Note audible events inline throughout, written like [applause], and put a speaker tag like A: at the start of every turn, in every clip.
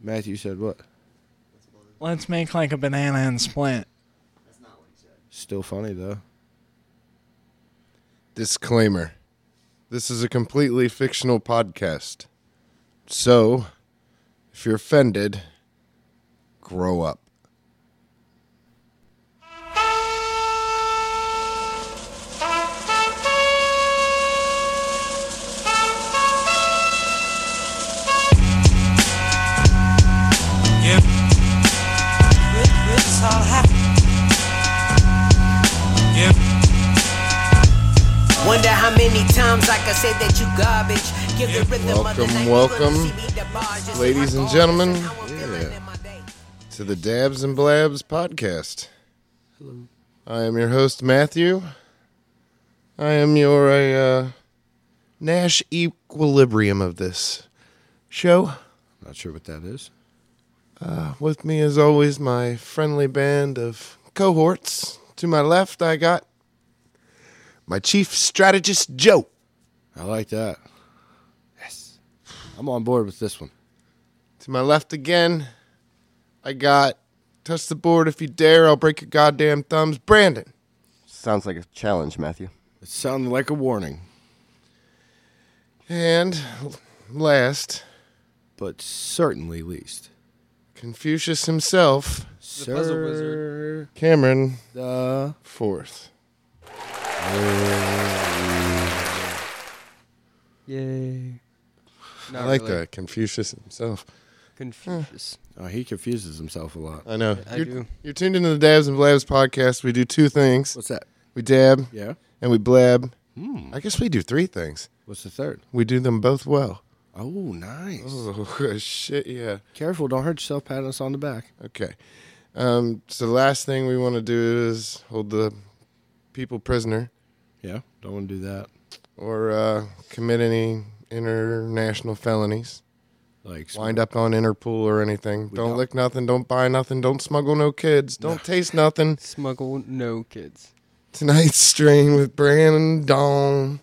A: Matthew said what?
B: Let's make like a banana and split.
A: Still funny though.
C: Disclaimer This is a completely fictional podcast. So, if you're offended, grow up.
D: This all happened. Wonder how many times I could say that you garbage. Give the rhythm
C: Welcome, welcome,
D: welcome,
C: ladies and gentlemen. To the Dabs and Blabs podcast. Hello. I am your host, Matthew. I am your uh, Nash equilibrium of this show. Uh,
A: Not sure what that is.
C: With me, as always, my friendly band of cohorts. To my left, I got my chief strategist, Joe.
A: I like that. Yes. I'm on board with this one.
C: To my left again, I got touch the board if you dare, I'll break your goddamn thumbs, Brandon.
E: Sounds like a challenge, Matthew.
A: It sounded like a warning,
C: And last,
A: but certainly least.
C: Confucius himself,
A: The puzzle wizard.
C: Cameron
A: The
C: Fourth.
E: Yay. Not
C: I like
E: really.
C: that, Confucius himself.
E: Confucius.
A: oh, he confuses himself a lot.
C: I know.
E: I
C: you're,
E: do.
C: you're tuned into the Dabs and Blabs podcast. We do two things.
A: What's that?
C: We dab
A: Yeah. Hmm.
C: and we blab. I guess we do three things.
A: What's the third?
C: We do them both well.
A: Oh, nice.
C: Oh [laughs] shit! Yeah.
A: Careful, don't hurt yourself patting us on the back.
C: Okay. Um, so the last thing we want to do is hold the people prisoner
A: Yeah, don't want to do that.
C: or uh, commit any international felonies.
A: Like
C: Wind up on Interpol or anything. Don't,
A: don't.
C: lick nothing. Don't buy nothing. Don't smuggle no kids. Don't taste nothing.
E: Smuggle no kids.
C: Tonight's stream with Brandon Dawn.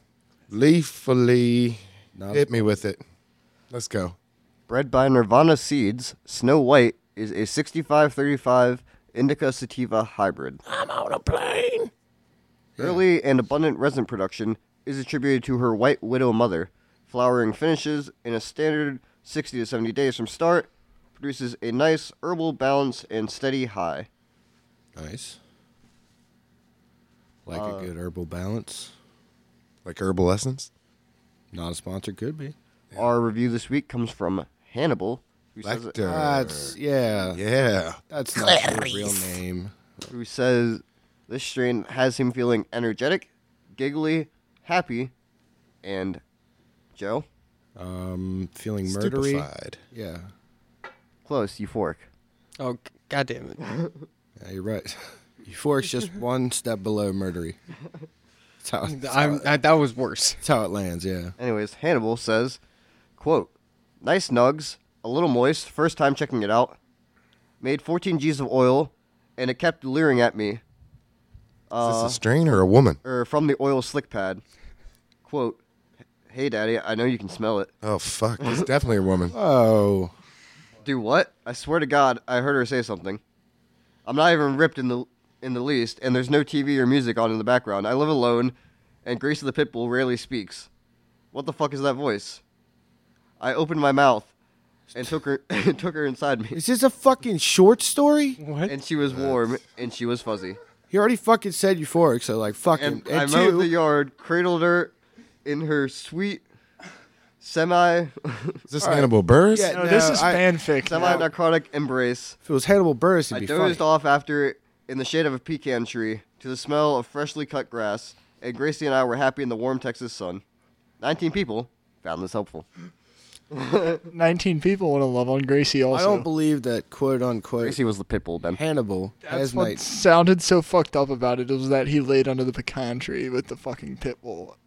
C: Leafly.
A: Not-
C: Hit me with it. Let's go.
E: Bred by Nirvana Seeds, Snow White is a 6535 Indica Sativa hybrid.
C: I'm on a plane.
E: Early and abundant resin production is attributed to her White Widow mother. Flowering finishes in a standard 60 to 70 days from start, produces a nice herbal balance and steady high.
A: nice. Like a good herbal balance.
C: Uh, Like herbal essence.
A: Not a sponsor, could be.
E: Our review this week comes from Hannibal, who says,
C: Lecter.
A: That's yeah.
C: yeah.
A: That's not her real name.
E: who says this strain has him feeling energetic, giggly, happy, and Joe,
A: Um, feeling murdery.
C: Stupefied.
A: Yeah.
E: close, euphoric.
F: Oh, g- God damn it.
A: yeah, you're right. Euphoric's [laughs] just one step below murdery. That's how, that's,
F: I'm,
A: how,
F: I, that was worse.
A: that's how it lands. Yeah.
E: Anyways, Hannibal says, quote, nice nugs, a little moist, first time checking it out. Made 14 G's of oil, and it kept leering at me,
C: Is
A: Uh,
C: this a strain or a woman?
E: or from the oil slick pad. Quote, hey daddy, I know you can smell it.
C: Oh fuck! It's definitely a woman.
G: [laughs]
A: Oh,
E: Do what? I swear to God, I heard her say something. I'm not even ripped in the in the least, and there's no TV or music on in the background. I live alone, and Grace the Pitbull rarely speaks. What the fuck is that voice? I opened my mouth and took her [laughs] and took her inside me,
A: is this a fucking short story?
F: What?
E: and she was warm and she was fuzzy.
A: He already fucking said euphoric, so like fucking.
E: And
A: And,
E: I mowed
A: two,
E: the yard, cradled her in her sweet semi [laughs]
C: Is this Hannibal Burris?
A: Yeah.
B: No, this
A: Oh, No,
B: is
A: I-
B: fanfic.
E: semi narcotic embrace.
A: if it was Hannibal Burris, it'd
E: I
A: be
E: dozed
A: funny.
E: off after it in the shade of a pecan tree to the smell of freshly cut grass, and Gracie and I were happy in the warm Texas sun. 19 people found this helpful.
B: 19 people want to love on Gracie
A: I
B: also.
A: don't believe that quote unquote
E: Gracie was the pit bull, Ben.
A: Hannibal has
B: That's what
A: night.
B: sounded so fucked up about it was that he laid under the pecan tree with the fucking pit bull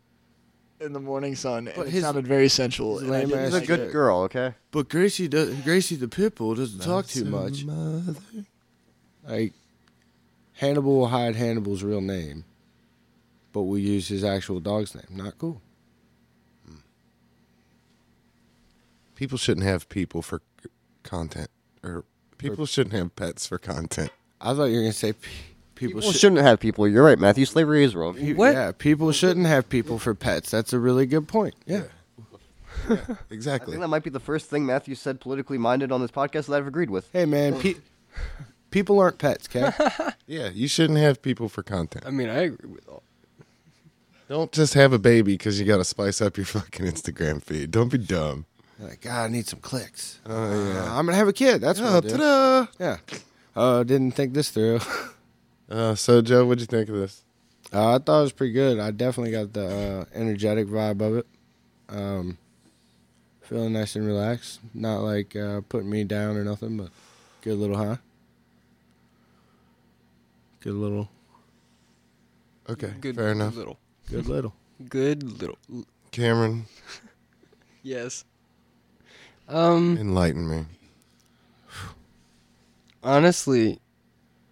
B: in the morning sun, and
A: But
B: it
A: his-
B: sounded very sensual. and I
A: lame
B: didn't
A: ass
E: She's a
B: like
E: good
B: it.
E: girl, okay?
A: But Gracie does. Gracie the Pitbull doesn't talk too much. Like Hannibal will hide Hannibal's real name, but we use his actual dog's name. Not cool.
C: People shouldn't have people for c-
G: Content. Or people shouldn't have pets for content.
A: I thought you were gonna say pe- people,
E: People
A: should.
E: shouldn't have people. You're right, Matthew. Slavery is wrong.
A: pe-
F: What?
A: Yeah, people shouldn't have people for pets. That's a really good point. Yeah.
E: I
G: Exactly.
E: think that might be the first thing Matthew said politically minded on this podcast that I've agreed with.
A: Hey man, pe- people aren't pets, okay? [laughs]
G: Yeah, you shouldn't have people for
F: I
G: content.
F: mean, I agree with all.
G: Don't just have a baby because you got to spice up your [laughs] fucking Instagram feed. Don't be dumb.
A: like, God, I need some clicks. Oh yeah. I'm gonna have a kid. That's
C: Oh,
A: what I'll do.
G: ta-da.
A: Yeah. Oh, didn't think this through. [laughs]
G: Uh, so, Joe, what'd you think of this?
A: Uh, I thought it was pretty good. I definitely got the uh, energetic vibe of it. Um, feeling nice and relaxed. Not like uh, putting me down or nothing, but good little high. Good little.
G: Okay,
F: Good
G: fair enough.
F: little.
A: Good little.
F: Good little. l-
G: Cameron,
F: Yes. Um.
G: enlighten me.
F: Honestly,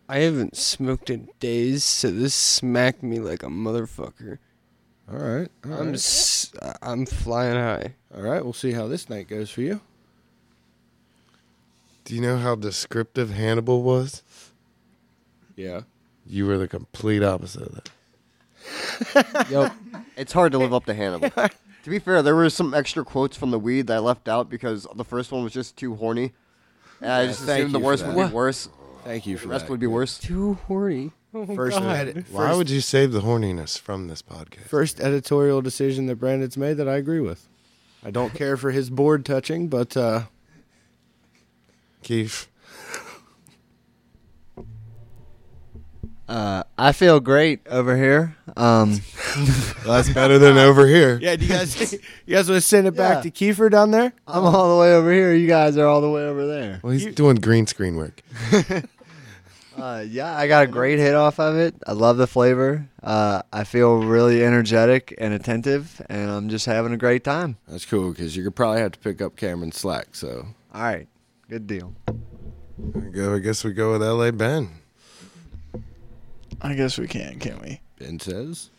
F: I haven't smoked in days, so this smacked me like a motherfucker.
A: All right. All
F: I'm
A: right.
F: s- I- I'm flying high.
A: All right. We'll see how this night goes for you.
G: Do you know how descriptive Hannibal was?
A: Yeah.
G: You were the complete opposite of that.
F: Yo,
E: It's hard to live up to Hannibal. to be fair, there were some extra quotes from the weed that I left out because the first one was just too horny. And I just
A: thank
E: assumed the
A: you for
E: worst
A: that.
E: would be
F: What?
E: worse.
A: [laughs] Thank you for
E: The rest
A: that.
E: would be worse.
F: too horny. Oh
A: First,
F: God.
A: edi-
G: Why
A: first-
G: would you save the horniness from this podcast?
A: first editorial decision that Brandon's made that I agree with. I don't care for his board touching, but uh, [laughs]
G: Keith,
H: Uh, I feel great over here.
G: [laughs]
H: Um,
G: that's better than over here.
A: yeah. Do you guys you guys want to send it back to Kiefer down there?
H: I'm all the way over here. You guys are all the way over there.
G: Well, he's doing green screen work.
H: Uh, yeah, I got a great hit off of it. I love the flavor. Uh, I feel really energetic and attentive, and I'm just having a great time.
A: That's cool because you could probably have to pick up Cameron slack. So
H: All right, good deal.
G: I go- I guess we go with L.A. Ben.
B: I guess we can, can we?
A: Ben says,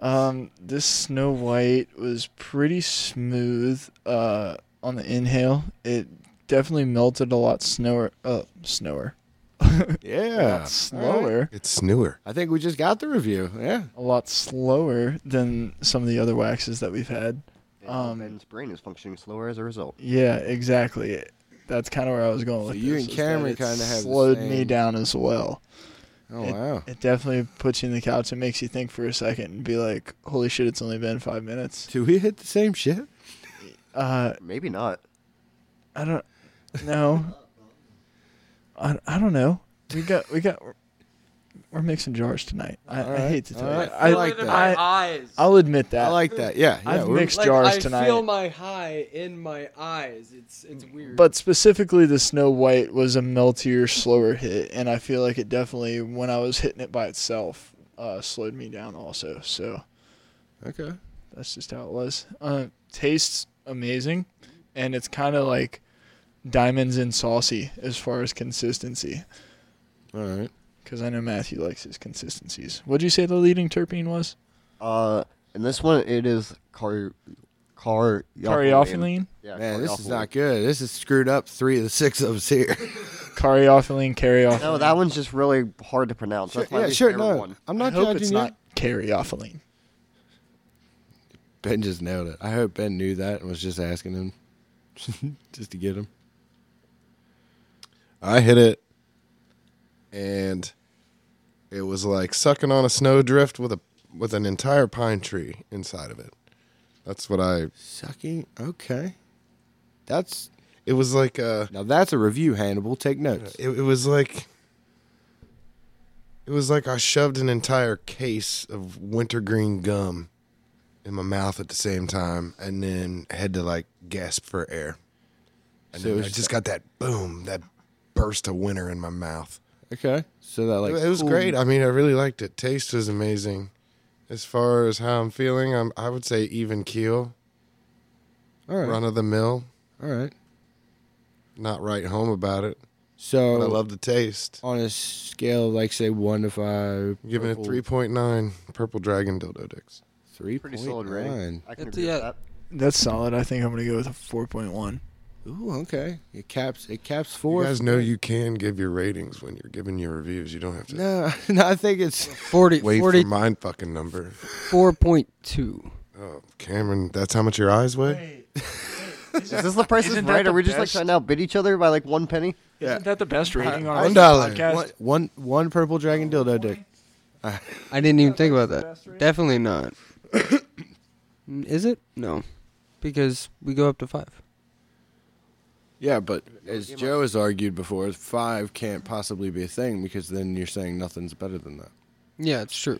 B: Um, this Snow White was pretty smooth. Uh, on the inhale, it definitely melted a lot snower. Uh, snower. [laughs] a
A: "Yeah,
B: lot slower.
G: It's newer.
A: I think we just got the review. Yeah,
B: A lot slower than some of the other waxes that we've had. Um,
E: Um, Ben's brain is functioning slower as a result.
B: Yeah, exactly. That's kind of where I was going
A: So
B: with
A: you
B: this,
A: and
B: is that
A: Cameron
B: it
A: kinda have the
B: slowed me
A: same-
B: down as well.
A: Oh [laughs] wow.
B: It definitely puts you in the couch and makes you think for a second and be like, "Holy shit, it's only been five minutes."
A: Do we hit the same shit?
B: Uh,
E: Maybe not.
B: I don't
A: [laughs]
B: know. I, I don't know. We got we got we're mixing jars tonight. I,
A: All
B: I
A: right,
B: hate to tell
A: all right.
B: you.
A: I like that.
B: I,
F: eyes.
B: I'll admit that.
A: I like that. Yeah, yeah.
B: I've
A: we're-
B: mixed jars tonight.
F: my high in my eyes. It's it's weird.
B: but specifically the Snow White was a meltier, slower hit, and I feel like it definitely, when I was hitting it by itself, uh, slowed me down also. So
A: okay.
B: that's just how it was. Uh, tastes amazing, and it's kind of like diamonds and saucy as far as consistency,
A: All right.
B: because I know Matthew likes his consistencies. What'd you say the leading terpene was?
E: Uh, and this one, it is car, car,
B: Caryophylline.
E: Yeah,
A: Man, this is
E: caryophylline.
A: not good. This is screwed up. Three of the six of us here. [laughs]
B: Caryophylline, caryophylline.
E: No, that one's just really hard to pronounce. That's my
A: yeah,
E: least
A: sure.
E: favorite
A: No,
E: one.
A: I'm
B: I
A: not
B: hope
A: judging
B: it's
A: you.
B: not caryophylline.
A: Ben just nailed it. I hope Ben knew that and was just asking him, [laughs] just to get him.
G: I hit it, and it was like sucking on a snowdrift with a with an entire pine tree inside of it. That's what I.
A: Sucking. Okay. That's
G: It was like uh,
A: now. That's a review, Hannibal. Take notes.
G: it, it was like it was like I shoved an entire case of wintergreen gum in my mouth at the same time, and then had to like gasp for air. And
A: So it
G: then
A: was
G: I
A: just-
G: just got that boom, that burst of winter in my mouth.
A: Okay. So that like
G: it was
A: cool-
G: great. I mean, I really liked it. Taste was amazing. As far as how I'm feeling, I'm, I would say even keel,
A: All right.
G: run of the mill.
A: All right.
G: Not right home about it,
A: So
G: but
A: Oh.
G: I love the taste.
A: on a scale of like say one to five,
G: I'm giving it
A: purple,
G: 3.9 Purple Dragon Dildo Dicks.
A: three
E: Pretty solid rating.
A: nine.
E: I can
F: That's-
E: agree
F: yeah.
E: with that.
B: That's solid. I think I'm gonna go with a 4.1.
A: Ooh, okay. It caps. It caps
G: You
A: four.
G: guys know you can give your ratings when you're giving your reviews. You don't have
A: [laughs]
G: to
A: No, [laughs] no, I think it's
F: 40,
G: wait for mine fucking number.
F: 44.2.
G: Oh, Cameron, that's how much your eyes weigh?
E: Is this the price is
B: Isn't that
E: right?
B: the
E: Are we just like
B: best?
E: trying to outbid each other by like one penny?
B: Isn't that the best rating on
A: one
B: the
A: dollar.
B: podcast?
A: One, one, one purple dragon dildo dick.
F: I didn't even think about that. Definitely not. Mm, Is it? No. Because we go up to five.
A: Yeah, but as Joe has argued before, five can't possibly be a thing because then you're saying nothing's better than that.
F: Yeah, it's true.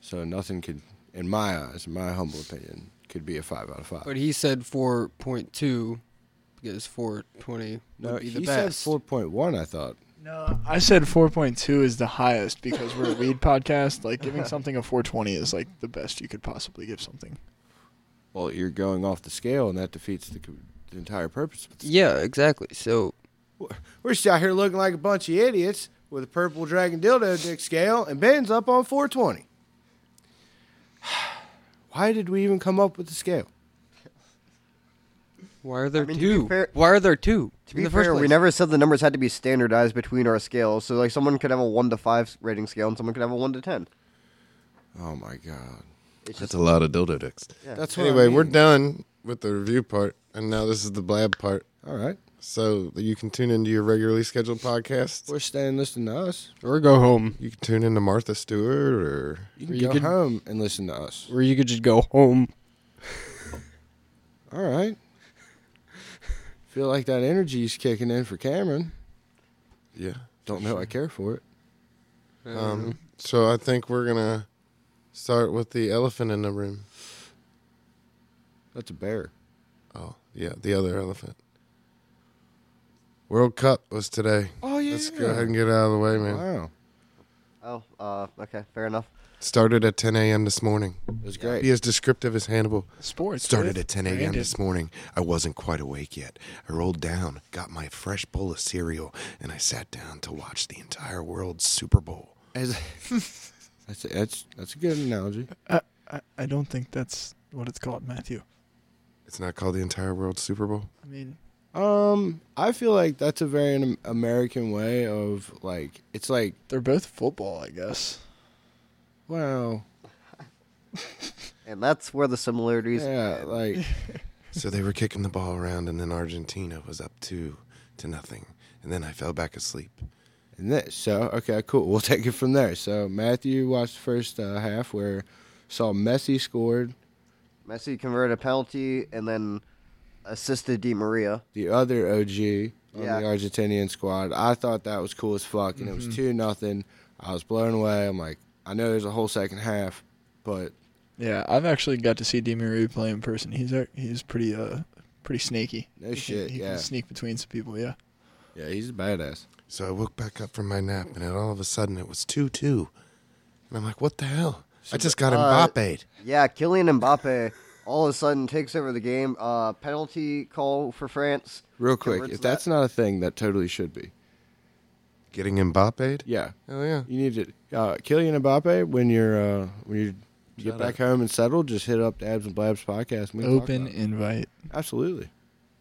A: So nothing could, in my eyes, in my humble opinion, could be a five out of five.
F: But he said 4.2 because 420
A: no,
F: would be the
A: he
F: best.
A: said four point one. I thought.
B: No, I said 4.2 is the highest because we're
A: [laughs]
B: a weed podcast. Like giving something a 420 is like the best you could possibly give something.
A: Well, you're going off the scale, and that defeats the, co- the entire purpose. of the
F: yeah, exactly. So
A: We're just out here looking like a bunch of idiots with a purple dragon dildo dick scale, and Ben's up on 420. [sighs] Why did we even come up with the scale?
F: why are there
E: mean, to be
F: two?
E: fair-
F: why are there two?
E: To
F: in
E: be
F: the first
E: fair, we
F: place?
E: never said the numbers had to be standardized between our scales. So like someone could have a one to five rating scale, and someone could have a one to ten.
A: Oh my god.
G: That's a lot of dildo dicks.
A: That's what I
G: Anyway, we're
A: mean.
G: done with the review part, and now this is the blab part.
A: All right.
G: So that you can tune into your regularly scheduled podcasts.
A: We're staying listening to us.
F: or go home.
G: You can tune into Martha Stewart or
A: You can
F: You
A: go
F: could-
A: home and listen to us.
F: Or you could just go home.
A: [laughs] All right. Feel like that energy's kicking in for Cameron.
G: yeah.
A: Don't know I care for it.
G: Um, so I think we're gonna start with the elephant in the room.
A: That's a bear.
G: Oh yeah, the other elephant. World Cup was today.
A: Oh
G: Let's go ahead and get out of the way, man.
A: Wow.
E: Oh, uh, okay, fair enough.
G: Started at 10 a.m. this morning.
A: It was great.
G: Be as descriptive as Hannibal.
B: Sports
I: Started
B: with
I: at 10 a.m.
B: Brandon.
I: this morning. I wasn't quite awake yet. I rolled down, got my fresh bowl of cereal, and I sat down to watch the entire world's Super Bowl.
A: As- that's, a, that's that's a good analogy.
B: I, I don't think that's what it's called, Matthew.
G: It's not called the entire world Super Bowl.
B: I mean,
A: Um, I feel like that's a very an American way of like it's like
B: they're both football, I guess.
A: well,
E: And that's where the similarities.
A: yeah, like
G: So they were kicking the ball around, and then Argentina was up two to nothing. And then I fell back asleep.
A: and that. So okay, cool. [laughs] We'll take it from there. So Matthew watched the first uh, half where saw Messi scored.
E: Messi converted a penalty and then assisted Di Maria.
A: the other OG on
E: Yeah.
A: the Argentinian squad. I thought that was cool as fuck, and it was two nothing. I was blown away. I'm like, I know there's a whole second half, but
B: Yeah, I've actually got to see Di Maria play in person. He's a- he's pretty uh pretty snaky.
A: No
B: he
A: shit,
B: Can, he
A: yeah.
B: can sneak between some people. Yeah.
A: yeah, he's a badass.
G: So I woke back up from my nap, and then all of a sudden it was 2 2. And I'm like, what the hell? I just got
E: uh,
G: Mbappe.
E: Yeah, Kylian
A: [laughs]
E: Mbappe all of a sudden takes over the game. Uh, penalty call for France.
A: Real quick,
E: Converts
A: if
E: that.
A: that's not a thing, that totally should be.
G: Getting Mbappe?
A: Yeah,
G: Hell yeah.
A: you need to uh, Kylian Mbappe when you're uh, when you get
G: Shout
A: back home and settle. Just hit up the Abs and Blabs podcast. And we can talk
B: Open
A: about it.
B: invite.
A: absolutely.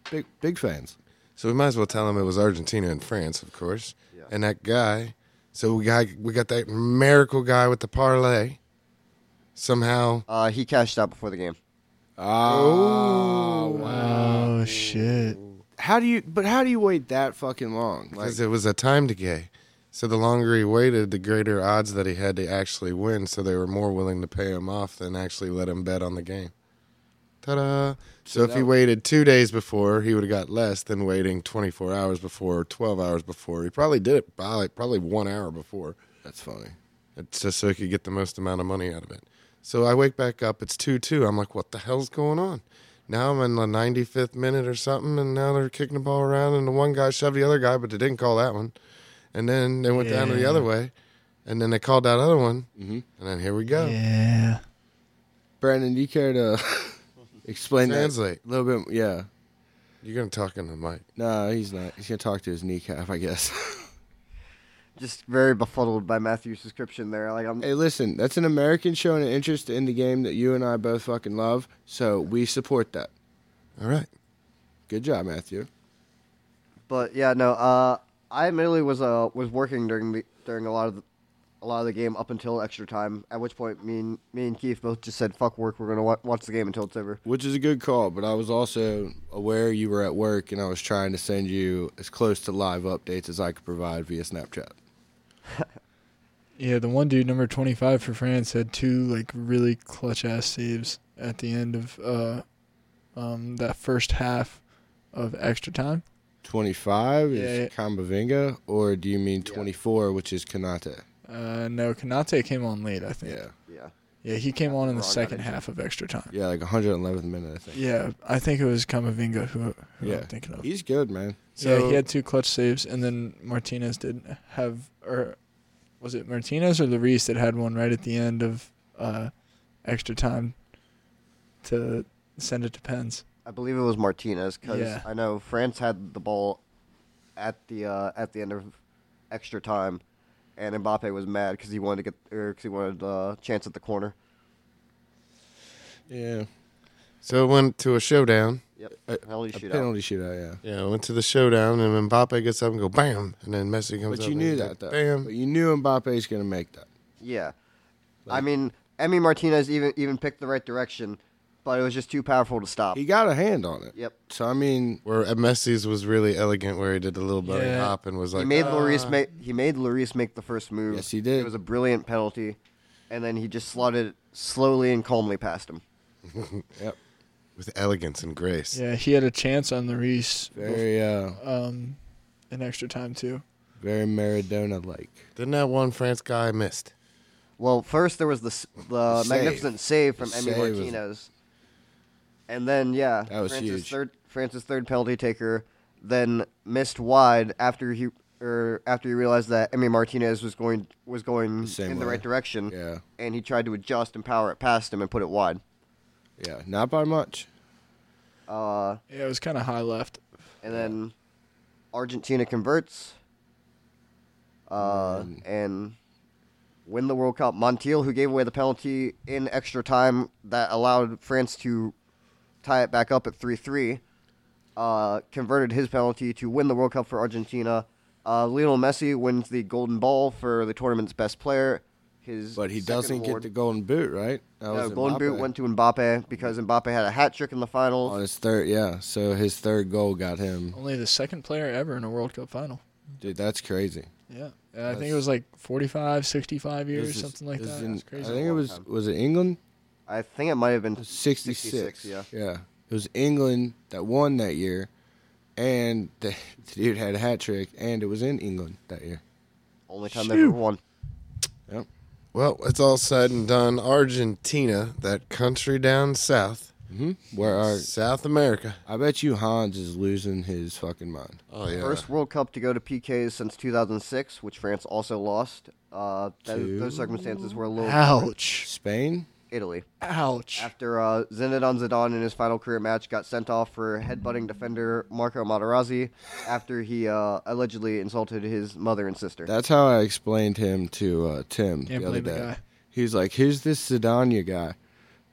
A: Big big fans.
G: So we might as well tell him it was Argentina and France, of course.
E: Yeah.
G: And that guy. So we got we got that miracle guy with the parlay. Somehow,
E: Uh, he cashed out before the game.
A: Oh,
B: Oh shit.
A: how do you? But how do you wait that fucking long? Like,
G: because it was a time decay. So the longer he waited, the greater odds that he had to actually win. So they were more willing to pay him off than actually let him bet on the game. Ta-da! So, if he
A: that-
G: waited two days before, he would have got less than waiting 24 hours before, 12 hours before. He probably did it probably probably one hour before.
A: that's funny.
G: It's just so he could get the most amount of money out of it. So I wake back up. It's 2 2. I'm like, what the hell's going on? Now I'm in the 95th minute or something, and now they're kicking the ball around, and the one guy shoved the other guy, but they didn't call that one. And then they went down to the
B: Yeah.
G: other way, and then they called that other one,
A: Mm-hmm.
G: and then here we go.
B: Yeah.
A: Brandon, do you care to [laughs] explain
G: Translate.
A: that a little bit? Yeah.
G: You're going to talk in the mic.
A: No, he's not. He's gonna talk to his kneecap, I guess. [laughs]
E: Just very befuddled by Matthew's description there. Like I'm,
A: hey, listen, that's an American showing an interest in the game that you and I both fucking love, so we support that.
G: All right.
A: Good job, Matthew.
E: But yeah, no. Uh, I admittedly was uh was working during the during a lot of the, a lot of the game up until extra time. At which point, me and me and Keith both just said, "Fuck work. We're gonna wa- watch the game until it's over."
A: Which is a good call, but I was also aware you were at work and I was trying to send you as close to live updates as I could provide via Snapchat.
B: Yeah, the one dude, number 25 for France, had two like really clutch ass saves at the end of uh, um, that first half of extra time.
A: 25 is
B: Yeah.
A: Kambavinga, or do you mean 24, which is Kanata?
B: Uh, no, Kanate came on late, I think.
A: Yeah.
E: Yeah.
B: Yeah, he came on in the
E: Wrong
B: second
E: guy.
B: half of extra time.
A: Yeah, like 111th minute, I think.
B: Yeah, I think it was Kamavinga who, who
A: Yeah.
B: I'm thinking of.
A: He's good, man.
B: yeah, he had two clutch saves, and then Martinez did have, or was it Martinez or Lloris that had one right at the end of uh, extra time to send it to pens?
E: I believe it was Martinez because
B: Yeah.
E: I know France had the ball at the uh, at the end of extra time, and Mbappe was mad because he wanted to get or 'cause he wanted a uh, chance at the corner.
A: Yeah.
C: So it went to a showdown.
E: Yep,
A: A-
E: penalty
A: A
E: shootout.
A: penalty shootout, yeah.
C: Yeah, it went to the showdown, and Mbappe gets up and go bam, and then Messi comes up.
A: But you
C: and
A: knew
C: he's
A: that,
C: like,
A: though.
C: Bam.
A: But you knew Mbappe's going to make that.
E: Yeah, I mean, Emmy Martinez even even picked the right direction, but it was just too powerful to stop.
A: He got a hand on it.
E: Yep.
A: So, I mean,
C: Where Messi's was really elegant, where he did a little bunny
B: Yeah.
C: hop and was like,
E: he made
G: "Ah."
E: Lloris
G: Uh.
E: make he made Lloris make the first move.
A: Yes, he did.
E: It was a brilliant penalty, and then he just slotted it slowly and calmly past him.
A: yep.
C: with elegance and grace.
B: Yeah, he had a chance on Lloris
A: Very, uh,
B: um, in extra time too.
A: very Maradona like.
C: Then that one France guy missed.
E: Well, first there was the s- the
A: Save.
E: magnificent save from
A: The
E: Emmy
A: save was-
E: Martinez, and then yeah,
A: That was
E: France's
A: huge.
E: third France's third penalty taker then missed wide after he or after he realized that Emmy Martinez was going was going
A: same
E: in the
A: way.
E: right direction.
A: Yeah.
E: and he tried to adjust and power it past him and put it wide.
A: Yeah. Not by much.
E: Uh,
B: Yeah, it was kind of high left.
E: and then Argentina converts. Uh,
A: Mm.
E: and win the World Cup. Montiel, who gave away the penalty in extra time that allowed France to tie it back up at 3 3, uh, converted his penalty to win the World Cup for Argentina. Uh, Lionel Messi wins the golden ball for the tournament's best player. His
A: But he
E: second
A: doesn't get
E: award.
A: the golden boot, right? That
E: No,
A: was
E: golden boot
A: Mbappe. Uh,
E: went to Mbappe because Mbappe had a hat trick in the finals.
A: on his third. Yeah. So his third goal got him.
B: Only the second player ever in a World Cup final.
A: Dude, that's crazy.
B: Yeah, and I think it was like 45, 65 years,
A: This is-
B: something like
A: this
B: that.
A: is in-
B: That's crazy.
A: I think it was was it England?
E: I think it might have been
A: Sixty
E: 66,
A: six.
E: yeah.
A: Yeah. It was England that won that year, and the, [laughs] the dude had a hat trick, and it was in England that year.
E: only time they ever won.
A: Yep.
C: Well, it's all said and done. Argentina, that country down south,
A: Where are?
C: South America.
A: I bet you Hans is losing his fucking mind.
C: Oh yeah.
E: First World Cup to go to PKs since 2006, which France also lost. Uh, that,
A: To-
E: those circumstances were a little
B: Ouch!
A: Spain.
E: Italy.
B: Ouch!
E: After uh, Zinedine Zidane in his final career match got sent off for headbutting defender Marco Materazzi after he uh, allegedly insulted his mother and sister.
A: That's how I explained him to uh, Tim
B: Can't
A: the other
B: believe the
A: day.
B: guy.
A: He's like, "Who's this Sedania guy?"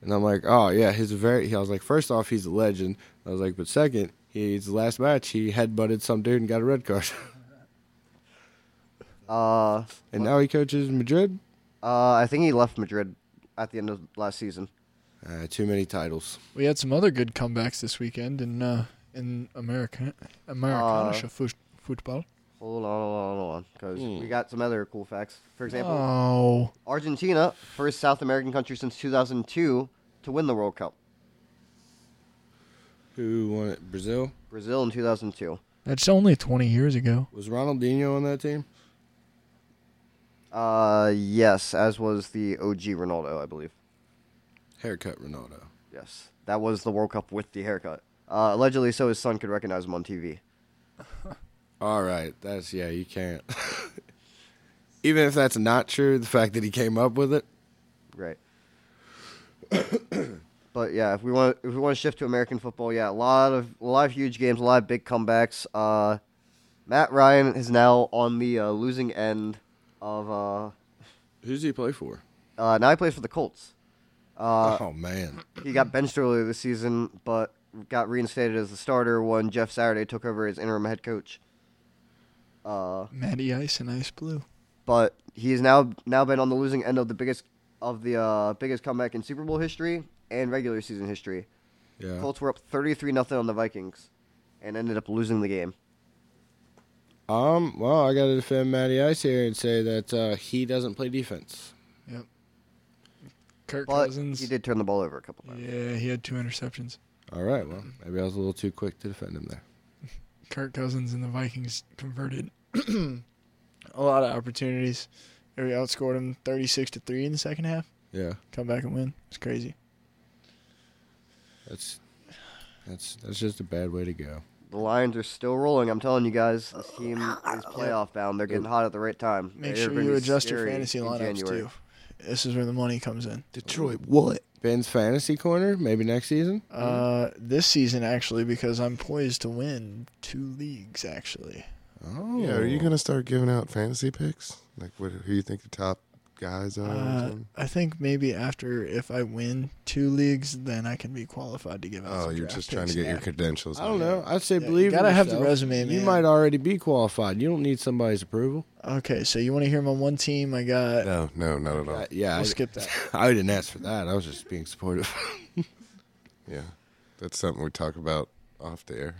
A: And I'm like, "Oh yeah, he's a very." I was like, first off, he's a legend." I was like, "But second, he's the last match he headbutted some dude and got a red card, [laughs]
E: Uh,
A: and now he coaches Madrid."
E: uh, I think he left Madrid at the end of last season.
A: Uh, too many titles.
B: We had some other good comebacks this weekend in uh, in America, Americanische
A: Uh,
B: Fut- football.
E: Hold on, hold on, hold on, because we got some other cool facts. For example,
B: Oh,
E: Argentina, first South American country since 2002 to win the World Cup.
A: Who won it? Brazil.
E: Brazil in 2002.
B: that's only 20 years ago.
A: Was Ronaldinho on that team?
E: Uh, yes, as was the OG Ronaldo, I believe.
A: Haircut Ronaldo.
E: Yes, that was the World Cup with the haircut. Uh, allegedly, so his son could recognize him on TV.
A: All right, that's yeah. You can't. [laughs] Even if that's not true, the fact that he came up with it.
E: Right. [coughs] but yeah, if we want, if we want to shift to American football, yeah, a lot of a lot of huge games, a lot of big comebacks. Uh, Matt Ryan is now on the uh, losing end of. Uh,
A: Who's he play for?
E: uh, now he plays for the Colts.
A: oh man.
E: He got benched earlier this season, but got reinstated as the starter when Jeff Saturday took over as interim head coach. Uh,
B: Matty Ice and Ice Blue.
E: but he has now now been on the losing end of the biggest of the uh, biggest comeback in Super Bowl history and regular season history.
A: Yeah.
E: Colts were up thirty three nothing on the Vikings, and ended up losing the game.
A: Um. Well, I got to defend Matty Ice here and say that uh, he doesn't play defense.
B: Kirk
E: But
B: Cousins.
E: he did turn the ball over a couple times.
B: Yeah, he had two interceptions.
A: All right. Well, maybe I was a little too quick to defend him there.
B: Kirk Cousins and the Vikings converted [clears throat] a lot of opportunities. They outscored him 36 to 3 in the second half.
A: Yeah.
B: Come back and win. It's crazy.
A: That's that's that's just a bad way to go.
E: The Lions are still rolling. I'm telling you guys, this team is playoff bound. They're getting hot at the right time.
B: Make
E: They're
B: sure
E: gonna
B: you
E: be
B: adjust your
E: scary
B: fantasy
E: in
B: lineups
E: January.
B: too. This is where the money comes in.
G: Detroit, what?
A: Ben's fantasy corner. Maybe next season.
B: Uh, this season actually, because I'm poised to win two leagues actually.
A: Oh.
G: Yeah, are you gonna start giving out fantasy picks? Like, what? Who you think the top guys are? or
B: Uh,
G: something?
B: I think maybe after if I win two leagues, then I can be qualified to give out.
G: oh,
B: some
G: you're
B: draft
G: just trying to
B: picks
G: get your
B: now.
G: credentials.
A: I don't
G: out.
A: know. I'd say
B: Yeah, you
A: believe. in
B: gotta have the
A: yourself.
B: resume,
A: You
B: man.
A: might already be qualified. You don't need somebody's approval.
B: Okay, so you want to hear my one team? I got.
G: No, no, not at all.
A: Uh, yeah.
B: We'll
A: I,
B: skip that.
A: [laughs] I didn't ask for that. I was just being supportive. [laughs]
G: Yeah, that's something we talk about off the air.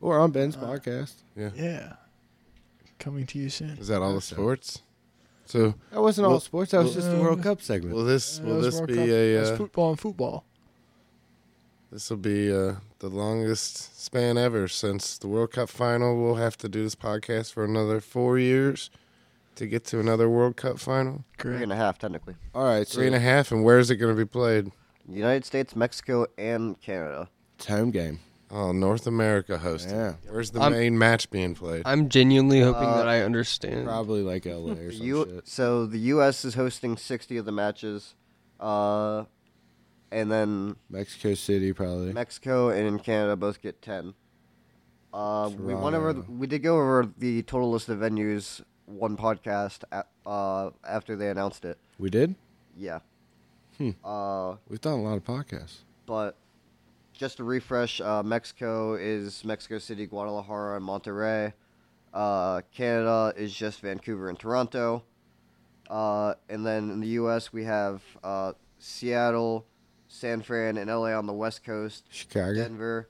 A: or on Ben's podcast.
B: Yeah, coming to you soon.
G: Is that all the sports? So
A: That wasn't all
G: well-
A: sports. That was just the World Cup segment.
G: will this will
B: Those
G: this
B: World
G: be
B: Cup-
G: a
B: Uh, that's
G: uh,
B: football and football?
G: this will be uh, the longest span ever since the World Cup final? We'll have to do this podcast for another four years to get to another World Cup final.
E: Three
B: Correct.
E: and a half technically.
A: all right. So
G: Three and a half, and where is it going to be played?
E: United States, Mexico, and Canada.
A: it's home game.
G: Oh, North America hosting.
A: Yeah.
G: Where's the
F: I'm-
G: main match being played?
F: [laughs] I'm genuinely hoping that I understand.
A: Probably like LA or
E: The
A: some
E: U-
A: shit.
E: so the U.S. is hosting 60 of the matches, uh, and then
A: Mexico City, probably.
E: Mexico and Canada both get 10. Uh, we went over.
A: Toronto.
E: We did go over the total list of venues one podcast a uh, after they announced it.
A: we did.
E: Yeah.
A: Hmm.
E: Uh,
A: We've done a lot of podcasts.
E: but just to refresh, uh, Mexico is Mexico City, Guadalajara, and Monterrey. Uh, Canada is just Vancouver and Toronto. Uh, and then in the U.S., we have uh, Seattle, San Fran, and L.A. on the West Coast.
A: Chicago.
E: Denver,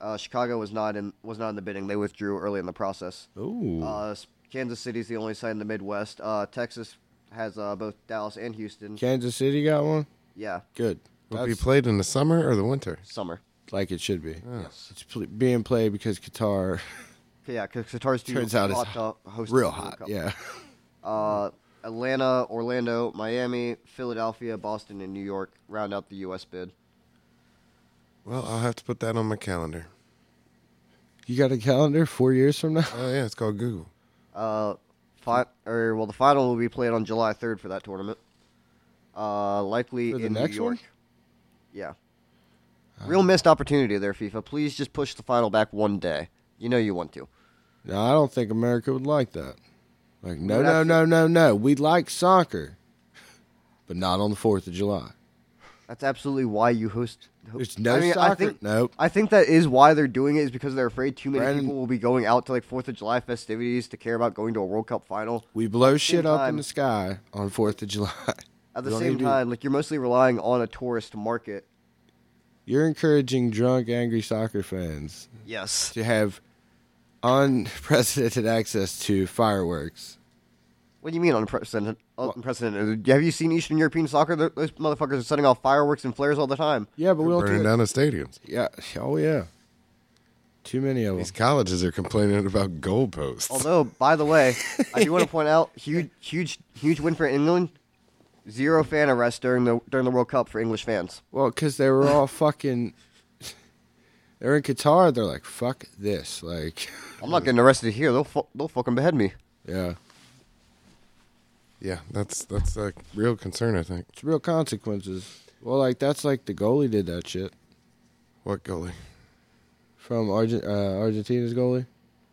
E: uh, Chicago was not in was not in the bidding. They withdrew early in the process.
A: Ooh.
E: Uh, s- Kansas City's the only site in the Midwest. Uh, Texas has uh, both Dallas and Houston.
A: Kansas City got one.
E: Yeah,
A: Good.
G: Will it be
A: That's
G: played in the summer or the winter?
E: summer.
A: like it should be. It's pl- being played because Qatar
E: Yeah, because Qatar's too
A: Turns out it's
E: hot to host
A: [laughs]
E: the
A: real
E: World
A: hot.
E: Cup.
A: Yeah.
E: Uh, Atlanta, Orlando, Miami, Philadelphia, Boston, and New York round out the U.S. bid.
G: Well, I'll have to put that on my calendar.
A: You got a calendar four years from now.
G: Oh yeah, it's called Google.
E: Uh, fi- or well, the final will be played on July 3rd for that tournament. Uh, likely
A: For the
E: in
A: next
E: New York.
A: one?
E: Yeah. Real missed opportunity there, FIFA. Please just push the final back one day. You know you want to.
A: No, I don't think America would like that. Like no,
E: Would
A: no,
E: I-
A: no, no, no. We like soccer, but not on the Fourth of July.
E: That's absolutely why you host. ho-
A: There's no
E: I mean,
A: soccer.
E: I think,
A: Nope.
E: I think that is why they're doing it is because they're afraid too many
A: Brandon-
E: people will be going out to like Fourth of July festivities to care about going to a World Cup final.
A: We blow shit up in
E: time-
A: the sky on Fourth of July. [laughs] We
E: At the
A: don't
E: same
A: need to-
E: time, like you're mostly relying on a tourist market.
A: You're encouraging drunk, angry soccer fans
E: Yes.
A: to have unprecedented access to fireworks.
E: What do you mean unprecedented? Unprecedented? Have you seen Eastern European soccer? Th- Those motherfuckers are setting off fireworks and flares all the time.
A: Yeah, but we don't.
G: Burning
A: Do
G: down the stadiums.
A: Yeah. Oh yeah. Too many of them.
G: These colleges are complaining about goalposts.
E: Although, by the way, I do want to point out huge, huge, huge win for England. Zero fan arrests during the during the World Cup for English fans.
A: Well, because they were all fucking. [laughs] They're in Qatar. They're like, fuck this. Like, [laughs]
E: I'm not getting arrested here. They'll fu- they'll fucking behead me.
A: yeah,
G: yeah, that's that's a real concern. I think.
A: it's real consequences. Well, like that's like the goalie did that shit
G: What goalie?
A: from Argent, uh, Argentina's goalie.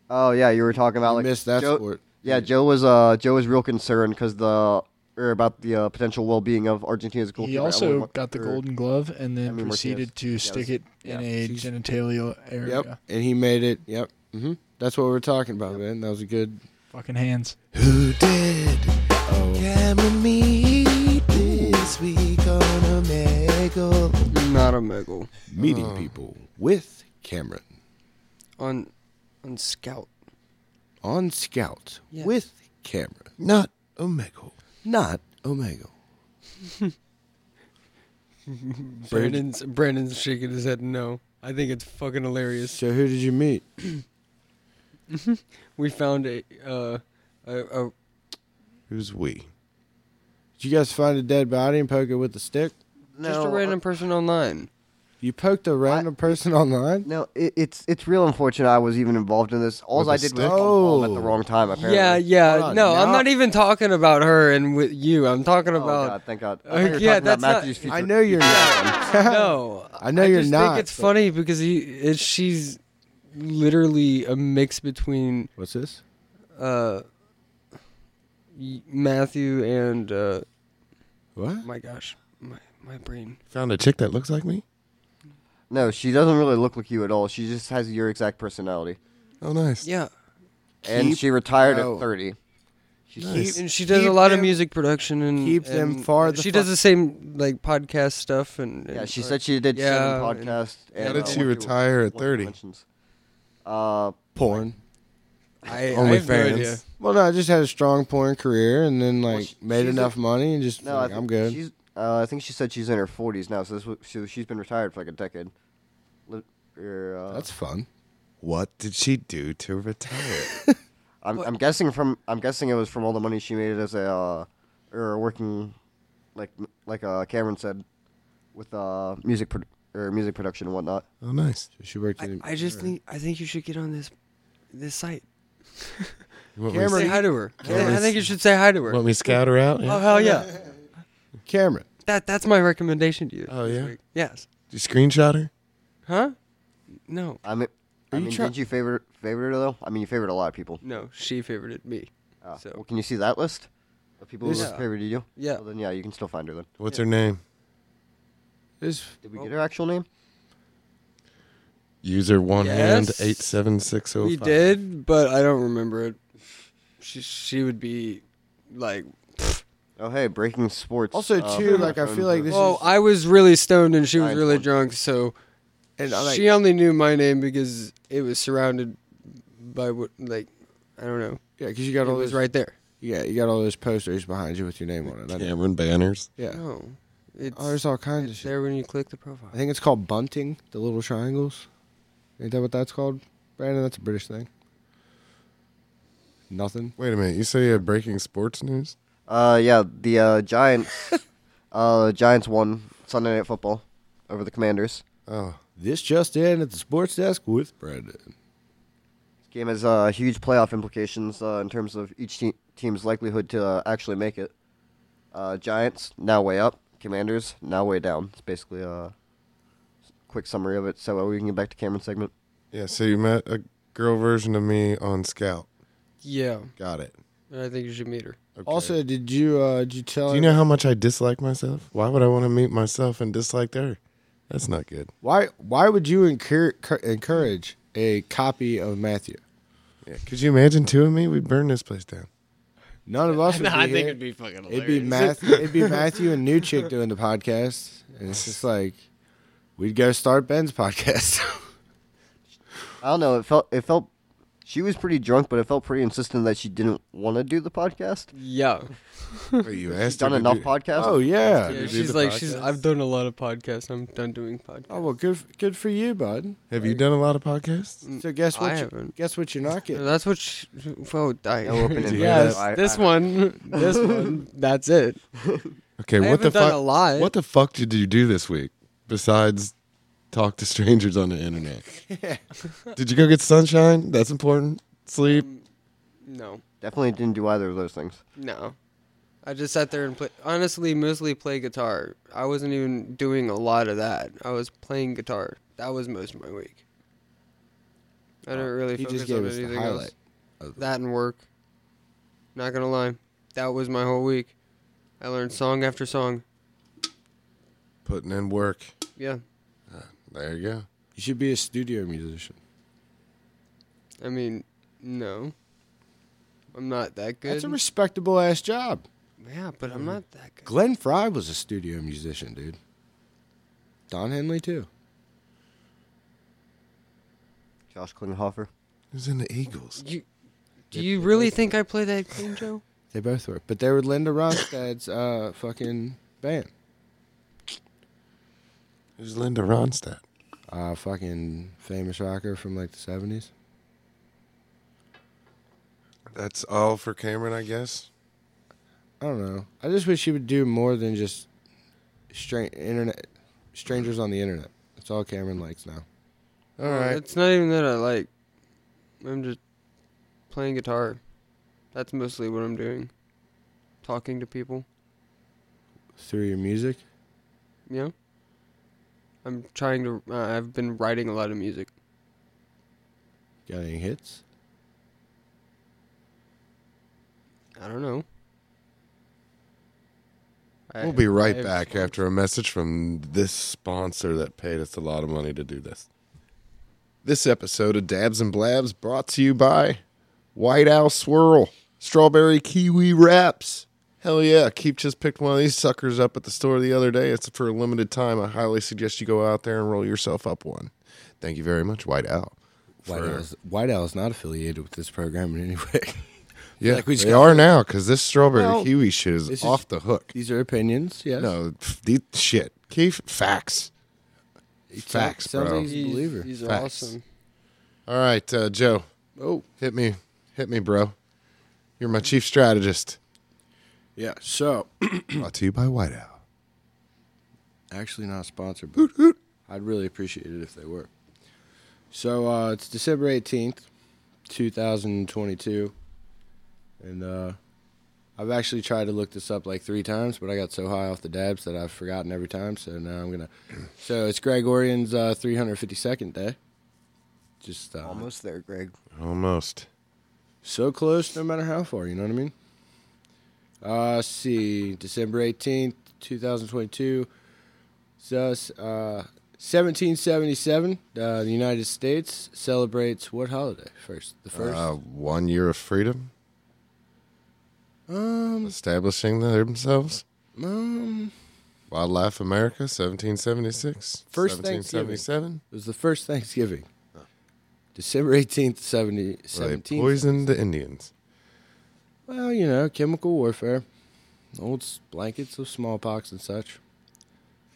E: Oh yeah, you were talking about
A: You
E: like
A: missed that
E: Joe,
A: sport.
E: Yeah, Joe was uh Joe was real concerned because the or about the uh, potential well being of Argentina's goalkeeper.
B: He
E: Alan
B: also
E: Wa-
B: got the
E: or-
B: Golden Glove and then
E: Emmy Martinez.
B: proceeded to
E: Yeah,
B: stick
E: that's-
B: it in a
A: She's-
B: genitalia area.
A: Mm-hmm. Yep, and he made it. Yep, hmm that's what we're talking about, man. That was a good
B: Fucking hands.
G: Who did
A: uh,
G: Cameron meet this week on Omegle?
F: Not a mogul.
A: Meeting people with Cameron
F: On on Scout.
A: on Scout
F: Yes.
A: with Cameron,
G: Not Omegle.
A: not Omega.
F: Brandon's Brandon's shaking his head no. I think it's fucking hilarious.
A: So who did you meet?
F: We found a uh a, a
G: Who's we?
A: Did you guys find a dead body and poke it with a stick?
F: just a
A: uh,
E: uh,
F: random person online.
A: You poked a random person online?
E: No, it, it's it's real unfortunate I was even involved in this. All
G: With
E: I
G: the
E: did was
G: stick?
E: come home at the
A: Oh.
E: wrong time. Apparently.
F: Yeah, yeah.
A: Hold on,
F: no, I'm
A: now-
F: not even talking about her and with you. I'm talking
E: Oh God,
F: about
E: thank God.
F: Uh,
E: I thought you were
F: yeah,
E: talking about
F: that's not-
E: Matthew's future.
A: I know you're not.
F: [laughs] no.
A: I know you're
F: just
A: not,
F: Think it's
A: but-
F: funny because he, it, she's literally a mix between
A: What's this?
F: uh, y- Matthew and uh,
A: What?
F: my gosh, my my brain.
G: Found a chick that looks like me?
E: No, she doesn't really look like you at all. She just has your exact personality,
G: Oh, nice.
F: Yeah,
E: and
A: Keep-
E: she retired
A: oh.
E: at thirty. She's
G: Nice.
F: and she does
A: Keep
F: a lot of
A: them-
F: music production and
A: keep them
F: and
A: far the
F: she
A: fuck-
F: does the same like podcast stuff and,
E: Yeah,
F: and-
E: she said she did
F: Yeah,
E: seven podcasts. And,
G: How did
E: uh,
G: she
E: went to
G: retire at
E: lots of
G: 30?
E: conventions. Uh,
A: Porn.
F: I, I have no idea.
G: OnlyFans.
A: Well, no, I just had a strong porn career and then like
E: she-
A: made
E: she's
A: enough
E: a-
A: money and just
E: no, I
A: like,
E: think
A: I'm good.
E: She's, uh, I think she said she's in her forties now, so this was, so she's been retired for like a decade. Li- er, uh,
A: That's fun.
G: What did she do to retire?
E: I'm, I'm guessing from I'm guessing it was from all the money she made as a uh, or working like like uh, Cameron said with uh, music pro- or music production and whatnot.
G: oh, nice.
A: So she worked
F: I,
A: in.
F: I just think I think you should get on this this site.
G: You want,
A: Cameron-
G: me,
F: Say hi to her. I think-
G: Cameron-
F: I think you should say hi to her.
G: want me to scout her out?
F: Oh
G: Yeah.
F: hell yeah!
A: [laughs] Cameron.
F: That that's my recommendation to you.
G: Oh,
F: this
G: yeah?
F: week. Yes.
G: You screenshot her?
F: Huh? No.
E: I mean, I
A: you
E: mean,
A: try-
E: did you favorite favorite her though? I mean, you favored a lot of people.
F: No, she favorited me.
E: Uh,
F: So-
E: well, can you see that list of people who
A: This-
E: favored you?
F: Yeah.
E: Well, then yeah, you can still find her then.
G: What's her name?
A: This
E: Did we get her actual name?
G: User one hand
F: Yes.
G: eight seven six zero five.
F: we did, but I don't remember it. She she would be like
E: Oh hey, breaking sports. uh,
A: Also, too, like, I feel like this
F: Well,
E: Oh,
A: is-
F: I was really stoned and she was
E: Nice
F: really
E: one.
F: drunk, so
A: and I, like,
F: she only knew my name because it was surrounded by what like I don't know.
A: yeah, because you got
F: it
A: all
F: was
A: those
F: right there.
A: Yeah, you got all those posters behind you with your name on it. I know.
G: Cameron Banners.
A: Yeah.
F: No.
A: Oh,
F: It's
A: there's all kinds of shit.
F: there when you click the profile.
A: I think it's called bunting, the little triangles. Ain't that what that's called, Brandon? That's a British thing. Nothing.
G: Wait a minute. You say you have breaking sports news?
E: Uh, yeah, the uh, [laughs] Giants. uh, Giants won Sunday Night Football over the Commanders.
G: Oh,
A: This just in at the sports desk with Brandon.
E: This game has uh, huge playoff implications uh, in terms of each te- team's likelihood to uh, actually make it. Uh, Giants now way up. Commanders now way down. It's basically a quick summary of it. So uh, we can get back to Cameron's segment.
G: yeah. So you met a girl version of me on Scout.
F: Yeah.
G: Got it.
F: And I think you should meet her.
G: Okay.
A: Also, did you uh did you tell
G: do you know how much I dislike myself? Why would I want to meet myself and dislike her? That's not good.
A: why why would you encourage, encourage a copy of Matthew?
G: Yeah. Could you imagine two of me? We'd burn this place down.
A: None of us would be
F: [laughs] I
A: here.
F: think it'd be fucking
A: It'd be Matthew. it'd be Matthew and new chick doing the podcast, and it's just like we'd go start Ben's podcast. [laughs]
E: I don't know. It felt it felt she was pretty drunk, but it felt pretty insistent that she didn't want to do the podcast.
F: Yeah. Hmm.
G: Wait, you
E: She's
G: asked her
E: done
G: to
E: enough
G: do-
E: podcasts.
A: oh yeah.
F: Yeah,
G: do
F: she's
G: the
F: like she's
G: podcast?
F: I've done a lot of podcasts. I'm done doing podcasts.
A: Oh well, good good for you, bud.
G: Have you done a lot of podcasts?
A: So guess
F: I
A: what? You,
F: haven't.
A: guess what you're not
F: [laughs] Yeah,
A: getting.
F: That's what. She, oh, I,
E: No
F: [laughs]
E: open-ended.
F: yes,
E: I-
F: this
E: I-
F: one, [laughs] this one. That's it.
G: Okay,
F: I
G: what
F: haven't
G: the
F: done
G: fuck?
F: a lot.
G: What the fuck did you do this week besides talk to strangers on the
F: [laughs]
G: internet? did you go get sunshine? That's important. Sleep.
F: Um, No,
E: Definitely didn't do either of those things.
F: no. I just sat there and play. Honestly, mostly play guitar. I wasn't even doing a lot of that. I was playing guitar. That was most of my week. I didn't really
A: He
F: focus
A: just gave
F: on
A: us the
F: anything
A: highlight.
F: else. That and work. Not gonna lie, that was my whole week. I learned song after song.
G: Putting in work.
F: Yeah,
G: There you go.
A: You should be a studio musician.
F: I mean, no. I'm not that good.
A: That's a respectable ass job.
F: yeah, but I'm not that good.
A: Glenn Fry was a studio musician, dude. Don Henley too.
E: Josh Klinghoffer.
G: Who's in the Eagles?
F: You, do you really think I play that clean, Joe?
A: They both were, but they were Linda Ronstadt's uh, fucking band.
G: Who's Linda Ronstadt?
A: Uh, fucking famous rocker from like the seventies.
G: That's all for Cameron, I guess.
A: I don't know. I just wish she would do more than just stra- internet strangers on the internet. That's all Cameron likes now.
G: All right.
F: It's not even that I like. I'm just playing guitar. That's mostly what I'm doing. Talking to people.
A: Through your music,
F: Yeah. I'm trying to. Uh, I've been writing a lot of music.
A: got any hits?
F: I don't know. I-
G: We'll be right
F: I have
G: back
F: songs.
G: after a message from this sponsor that paid us a lot of money to do this.
C: This episode of Dabs and Blabs brought to you by White Owl Swirl, Strawberry Kiwi Wraps. Hell yeah, Keep just picked one of these suckers up at the store the other day. It's for a limited time. I highly suggest you go out there and roll yourself up one. Thank you very much, White Owl.
A: White
C: For-
A: Owl's, White Owl's not affiliated with this program in any way. [laughs]
C: Yeah,
A: like we just
C: they
A: got-
C: are now because this strawberry
A: Well,
C: kiwi shit is
A: this is-
C: off the hook.
A: These are opinions. Yes.
C: No, pff, these, shit, Keith, facts.
A: He sounds-
C: facts,
A: sounds
C: bro.
A: Like he's a
F: These-
A: believer.
F: These are
C: Facts.
F: awesome.
C: All right, uh, Joe,
A: Oh
C: hit me, hit me, bro. You're my chief strategist.
G: [clears throat]
A: yeah. So
C: Brought to you by White Owl.
A: actually not sponsored, but I'd really appreciate it if they were. So uh, it's December eighteenth, two thousand twenty-two, and uh, I've actually tried to look this up like three times, but I got so high off the dabs that I've forgotten every time. So now I'm gonna. [clears throat] So it's Gregorian's uh, 352nd day. Just uh,
E: Almost there, Greg.
G: Almost.
A: So close, no matter how far. You know what I mean? Uh, see, December eighteenth, two thousand twenty-two. So, uh, seventeen seventy-seven. Uh, the United States celebrates what holiday first? The first.
G: Uh, one year of freedom,
A: um,
G: establishing themselves.
A: um,
G: Wildlife America, 1776.
A: First
G: 1777.
A: it was the first Thanksgiving. December eighteenth, seventy
G: Where they
A: seventeen.
G: poisoned the Indians.
A: Well, you know, chemical warfare, old s- blankets of smallpox and such.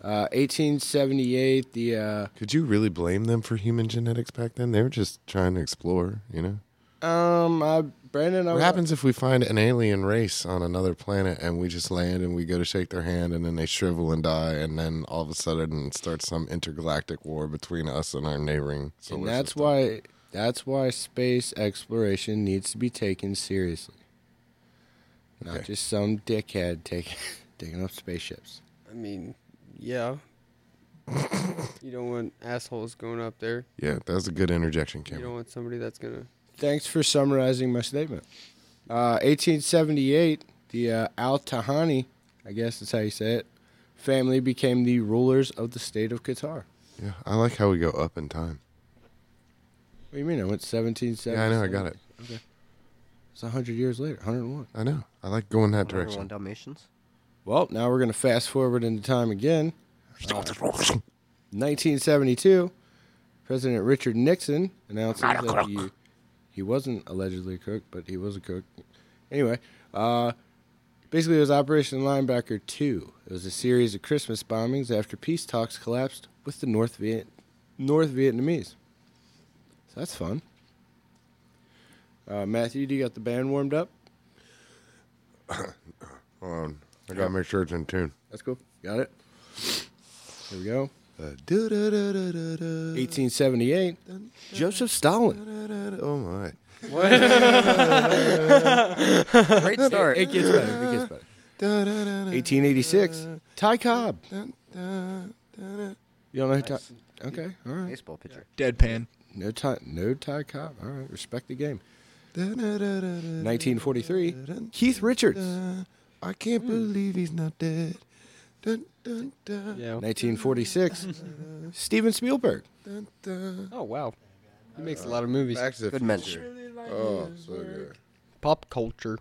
A: Uh, eighteen seventy-eight. The uh,
G: Could you really blame them for human genetics back then? They were just trying to explore, you know?
A: um, uh, Brandon. I
G: What
A: wa-
G: happens if we find an alien race on another planet and we just land and we go to shake their hand and then they shrivel and die and then all of a sudden it starts some intergalactic war between us and our neighboring solar
A: and that's
G: system?
A: why that's why space exploration needs to be taken seriously. Not
G: Okay.
A: just some dickhead [laughs] taking taking up spaceships.
F: I mean,
A: [laughs]
F: yeah. you don't want assholes going up there.
G: Yeah, that was a good interjection,
F: You don't
G: Cameron.
F: want somebody that's gonna.
A: Thanks for summarizing my statement. Uh, 1878, the uh, Al Tahani, I guess that's how you say it, family became the rulers of the state of Qatar.
G: Yeah, I like how we go up in time.
A: What do you mean? I went 1770.
G: Yeah, I know, I got it.
A: It's 100 years later, 101.
G: I know. I like going that
E: Everyone
G: direction.
E: Dalmatians.
A: Well, now we're going to fast forward into time again. 1972, President Richard Nixon announces that he, he wasn't allegedly a cook, but he was a cook. Anyway, uh, basically, it was Operation Linebacker 2. It was a series of Christmas bombings after peace talks collapsed with the North, Viet- North Vietnamese. So that's fun. Uh, Matthew, do you got the band warmed up?
G: Hold on. I gotta make sure it's in tune.
A: That's cool. Got it. Here we go.
G: Uh, du-du-du-du-du-du.
A: 1878, Joseph Stalin.
G: Du-du-du-du. Oh my.
E: Great start.
A: It gets better. It gets better.
G: Du-du-du-du.
A: 1886, Ty Cobb.
G: Du-du-du-du.
A: You don't know who Ty? Okay, all right.
E: Baseball pitcher.
B: Deadpan.
A: No Ty, no Ty Cobb. All right, respect the game.
G: Du-du-du-du-du.
A: 1943, Keith Richards.
G: Uh, I can't believe he's not dead. Dun, dun, dun,
F: Yeah.
A: 1946, Steven Spielberg.
G: dun, dun.
F: Oh wow. He makes a lot of movies.
G: Back to the
E: Good
G: Future.
E: mention.
G: Oh, so good.
F: Pop culture.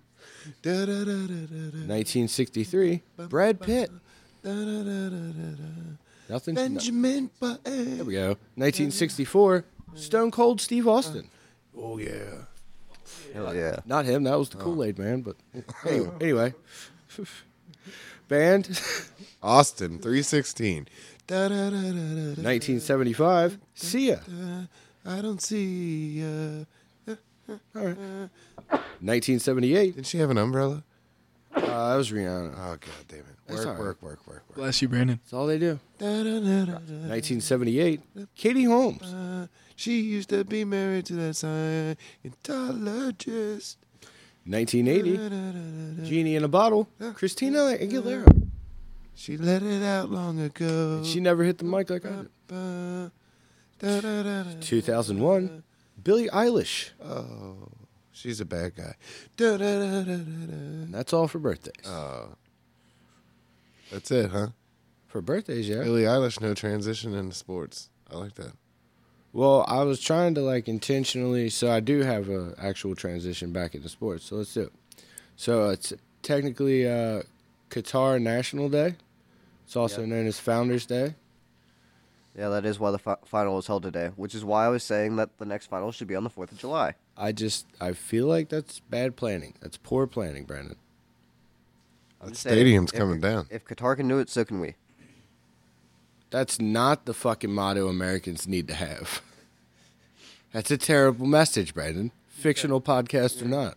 A: 1963. Brad Pitt. Nothing. no-
G: Benjamin Button.
A: There we go. 1964. Stone Cold Steve Austin.
G: Oh yeah.
J: Hell yeah.
A: Not him. That was the Kool Aid Man. [laughs] But anyway, anyway. band.
G: Austin 316. Da, da, da, da, da, da.
A: 1975. Sia.
G: I don't see ya.
A: 1978.
G: Didn't she have an umbrella?
A: Uh, that was Rihanna.
G: Oh god damn it.
A: That's all
G: Work,
A: right.
G: work, work, work, work.
B: Bless you, Brandon.
A: That's all they do.
G: Da, da, da, da, da.
A: 1978. Katie Holmes.
G: Uh, she used to be married to that Scientologist.
A: 1980.
G: Da-da-da-da-da.
A: Genie in a Bottle. Christina Aguilera.
G: She let it out long ago.
A: And she never hit the mic like I did.
G: Uh, da-da-da-da.
A: 2001. Billie Eilish.
G: Oh, she's a bad guy. Da-da-da-da-da-da.
A: And that's all for birthdays.
G: Oh. That's it, huh?
A: for birthdays, yeah.
G: Billie Eilish, no transition into sports. I like that.
A: Well, I was trying to like intentionally, so I do have a actual transition back into sports. So let's do it. So it's technically uh, Qatar National Day. It's also
E: Yep.
A: known as Founders Day.
E: Yeah, that is why the fi- final was held today, which is why I was saying that the next final should be on the 4th of July.
A: I just I feel like that's bad planning. That's poor planning, Brandon.
E: I'm just saying,
G: Stadium's
E: if-
G: coming down.
E: If Qatar can do it, so can we.
A: That's not the fucking motto Americans need to have. That's a terrible message, Brandon. Fictional podcast or not.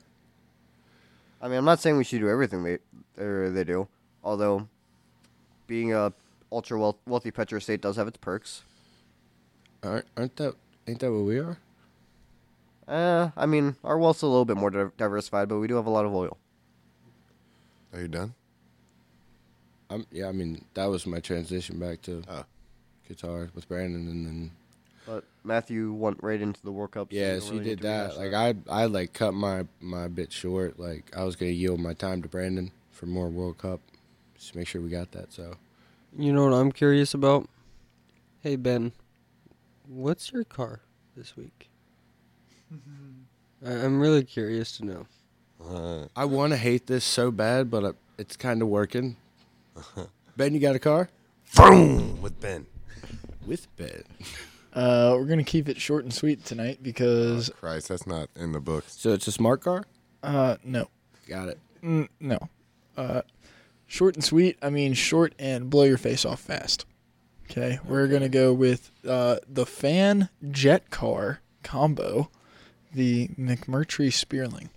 E: I mean, I'm not saying we should do everything they er, they do, although being a ultra wealth, wealthy petro state does have its perks.
A: Aren't, aren't that ain't that what we are?
E: Uh, I mean, our wealth's a little bit more div- diversified, but we do have a lot of oil.
G: Are you done?
A: I'm, yeah, I mean that was my transition back to
G: Oh.
A: Qatar with Brandon, and then
E: But Matthew went right into the World Cup. so we
A: Yeah,
E: don't
A: so
E: really
A: you
E: need
A: did
E: to
A: that.
E: rehash
A: Like I, I like cut my my bit short. Like I was gonna yield my time to Brandon for more World Cup, just to make sure we got that. So
F: You know what I'm curious about? Hey Ben, what's your car this week? I- I'm really curious to know.
A: I want to hate this so bad, but I, it's kind of working. ben, you got a car
G: Boom with Ben.
A: with Ben?
B: Uh, we're gonna keep it short and sweet tonight because
G: Christ, that's not in the books.
A: So it's a smart car.
B: uh, no,
A: Got it.
B: Mm, no, uh, short and sweet. I mean, short and blow your face off fast. Okay, we're gonna go with uh, the fan jet car combo, the McMurtry Spearling.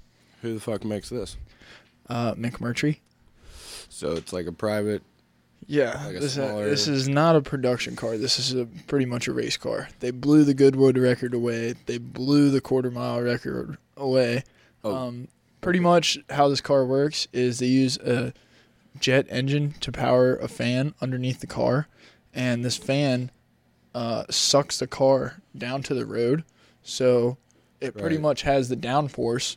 A: Who the fuck makes this?
B: Uh, McMurtry.
A: So it's like a private.
B: Yeah,
A: Like a
B: this,
A: smaller-
B: this is not a production car. This is a, pretty much a race car. They blew the Goodwood record away. They blew the quarter mile record away.
A: Oh.
B: Um, pretty much how this car works is they use a jet engine to power a fan underneath the car, and this fan uh, sucks the car down to the road. So it pretty
A: Right.
B: much has the downforce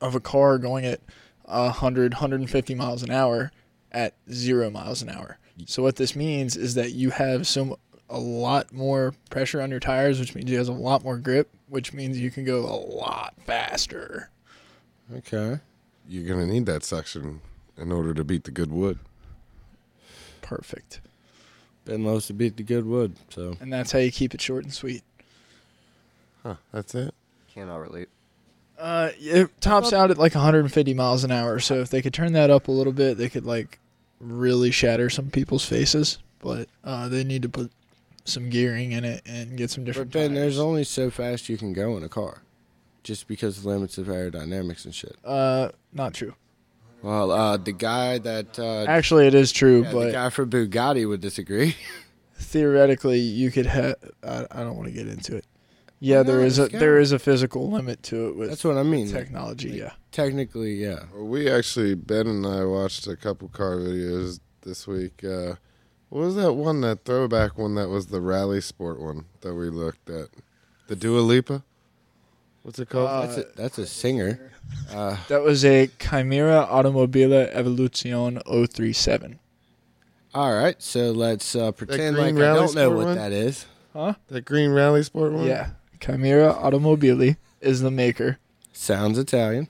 B: of a car going at 100, 150 miles an hour at zero miles an hour. So what this means is that you have some a lot more pressure on your tires, which means you have a lot more grip, which means you can go a lot faster.
A: Okay.
G: You're gonna need that suction in order to beat the good wood.
B: Perfect.
A: Ben loves to beat the good wood. So
B: And that's how you keep it short and sweet.
G: Huh? That's it.
E: Cannot relate.
B: Uh, it tops out at like 150 miles an hour. So if they could turn that up a little bit, they could like really shatter some people's faces. But uh, they need to put some gearing in it and get some
A: But
B: different.
A: Ben, there's
B: tires.
A: only so fast you can go in a car, just because of limits of aerodynamics and shit.
B: uh, not true.
A: Well, uh, the guy that uh,
B: Actually, it is true,
A: Yeah, the
B: but
A: guy from Bugatti would disagree. [laughs]
B: theoretically, you could have. I, I don't want to get into it. Yeah, there
A: not?
B: is a
A: Let's go.
B: there is a physical limit to it with
A: That's what I mean.
B: technology. yeah,
A: Technically, yeah.
G: Well, we actually Ben and I watched a couple car videos this week. Uh, what was that one? That throwback one that was the rally sport one that we looked at. The Dua Lipa. What's it called?
B: Uh,
A: That's a, that's a singer. Uh,
B: that was a Chimera Automobile oh Evolution 037.
A: all right, so let's uh, pretend like
G: green
A: I
G: rally
A: don't know
G: sport
A: what
G: one?
A: that is.
G: that green rally sport one.
B: Yeah, Chimera Automobili is the maker.
A: Sounds Italian.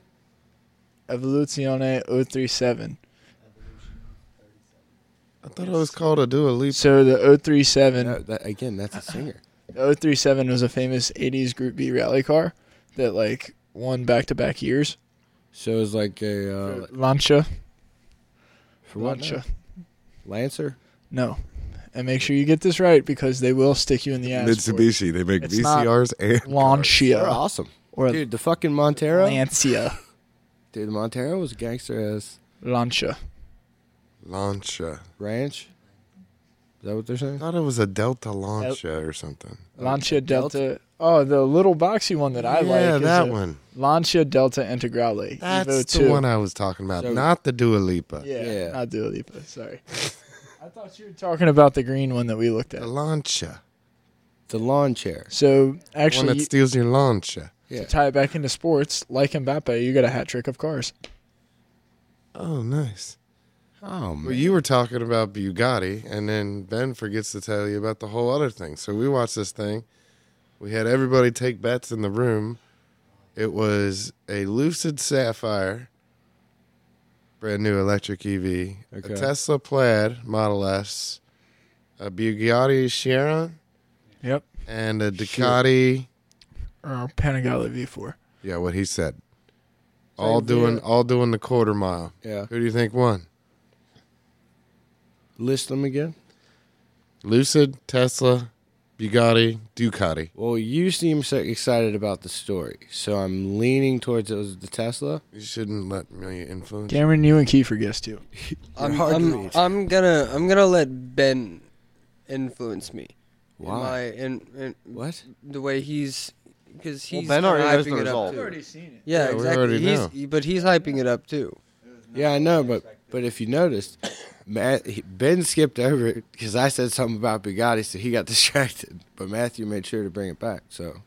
B: Evoluzione 037.
G: I thought it was called a Dua Lipa.
B: So the 037
A: That- that- again, that's a singer.
B: The 037 was a famous 80s Group B rally car that like won back to back years.
A: So it's like a
G: Oh,
A: uh, like-
B: Lancia.
A: for what? now?
B: Lancia.
A: Lancer.
B: No. And make sure you get this right because they will stick you in the ass. for it.
G: Mitsubishi. They make
B: It's not
G: VCRs and cars.
A: They're
B: Lancia.
A: awesome.
B: Or
A: Dude, the fucking Montero.
B: Lancia.
A: Dude, the Montero was gangster ass
B: Lancia.
G: Lancia.
A: ranch. Is that what they're
G: I
A: saying?
G: thought it was a Delta Lancia or something.
B: Lancia Delta. Oh, the little boxy one that I like.
G: Oh, yeah,
B: is
G: that
B: a
G: one.
B: Lancia Delta Integrale. Evo
G: That's
B: 2.
G: the one I was talking about,
A: So-
G: not the Dua Lipa.
B: Yeah,
A: Yeah.
B: not Dua Lipa.
G: [laughs]
B: Sorry. I thought you were talking about the green one that we looked at.
G: The Lancia.
A: The lawn chair.
B: So
G: The one
B: actually,
G: that steals your Lancia.
A: Yeah.
B: to tie it back into sports, like Mbappe, you got a hat trick of cars.
G: Oh, nice.
A: Oh
G: Well,
A: man.
G: you were talking about Bugatti, and then Ben forgets to tell you about the whole other thing. So we watched this thing. We had everybody take bets in the room. It was a Lucid Sapphire, brand new electric EV, a
A: Okay.
G: Tesla Plaid Model S, a Bugatti Chiron,
B: Yep.
G: and a Ducati.
B: Or Panigale V4.
G: Yeah, what he said. all
A: deal.
G: doing, all doing the quarter mile.
A: Yeah.
G: Who do you think won?
A: List them again.
G: Lucid, Tesla, Bugatti, Ducati.
A: Well, you seem so excited about the story, so I'm leaning towards it was the Tesla.
G: You shouldn't let me influence. you.
B: Cameron, you and Kiefer guessed too.
F: I'm, I'm, I'm gonna I'm gonna let Ben influence me. in
A: Why?
F: my- in, in
A: What?
F: the way he's because
E: Well,
F: he's
E: Ben already
F: kinda
E: knows
F: hyping
E: the
F: it up
E: result.
F: too.
B: seen it.
F: Yeah,
G: Yeah, we
F: exactly.
G: already
F: He's, but he's hyping it up too.
A: Yeah, I know, but but if you noticed, [coughs] Matt, he- Ben skipped over it because I said something about Bugatti, so he got [laughs] distracted. But Matthew made sure to bring it back, so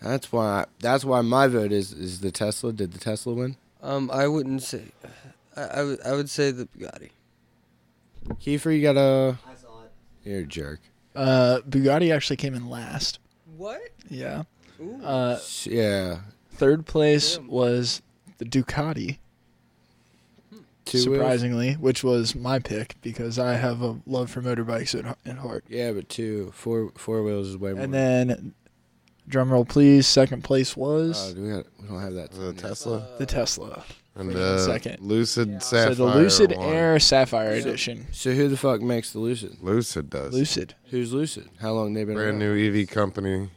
A: that's why that's why my vote is is the Tesla. Did the Tesla win?
F: Um, I wouldn't say. I, I, would, I would say the Bugatti.
A: Kiefer, you got a
J: I saw it.
A: you're a jerk.
B: Uh, Bugatti actually came in last.
F: What?
B: Yeah. Uh,
A: S- Yeah,
B: third place was the Ducati,
A: two wheels?
B: surprisingly, which was my pick because I have a love for motorbikes at, at heart.
A: Yeah, but two four four wheels is way more.
B: And then, drumroll please, second place
A: Oh,
B: was
A: do we, got, we don't have that.
G: The
F: uh,
G: Tesla
B: the Tesla.
G: and
B: freaking
G: the
B: second.
G: Lucid Sapphire.
B: so the Lucid
G: won.
B: Air Sapphire Edition.
A: So who the fuck makes the Lucid?
G: Lucid does.
B: Lucid.
A: Who's Lucid? How long they been
G: Brand
A: around?
G: new EV company.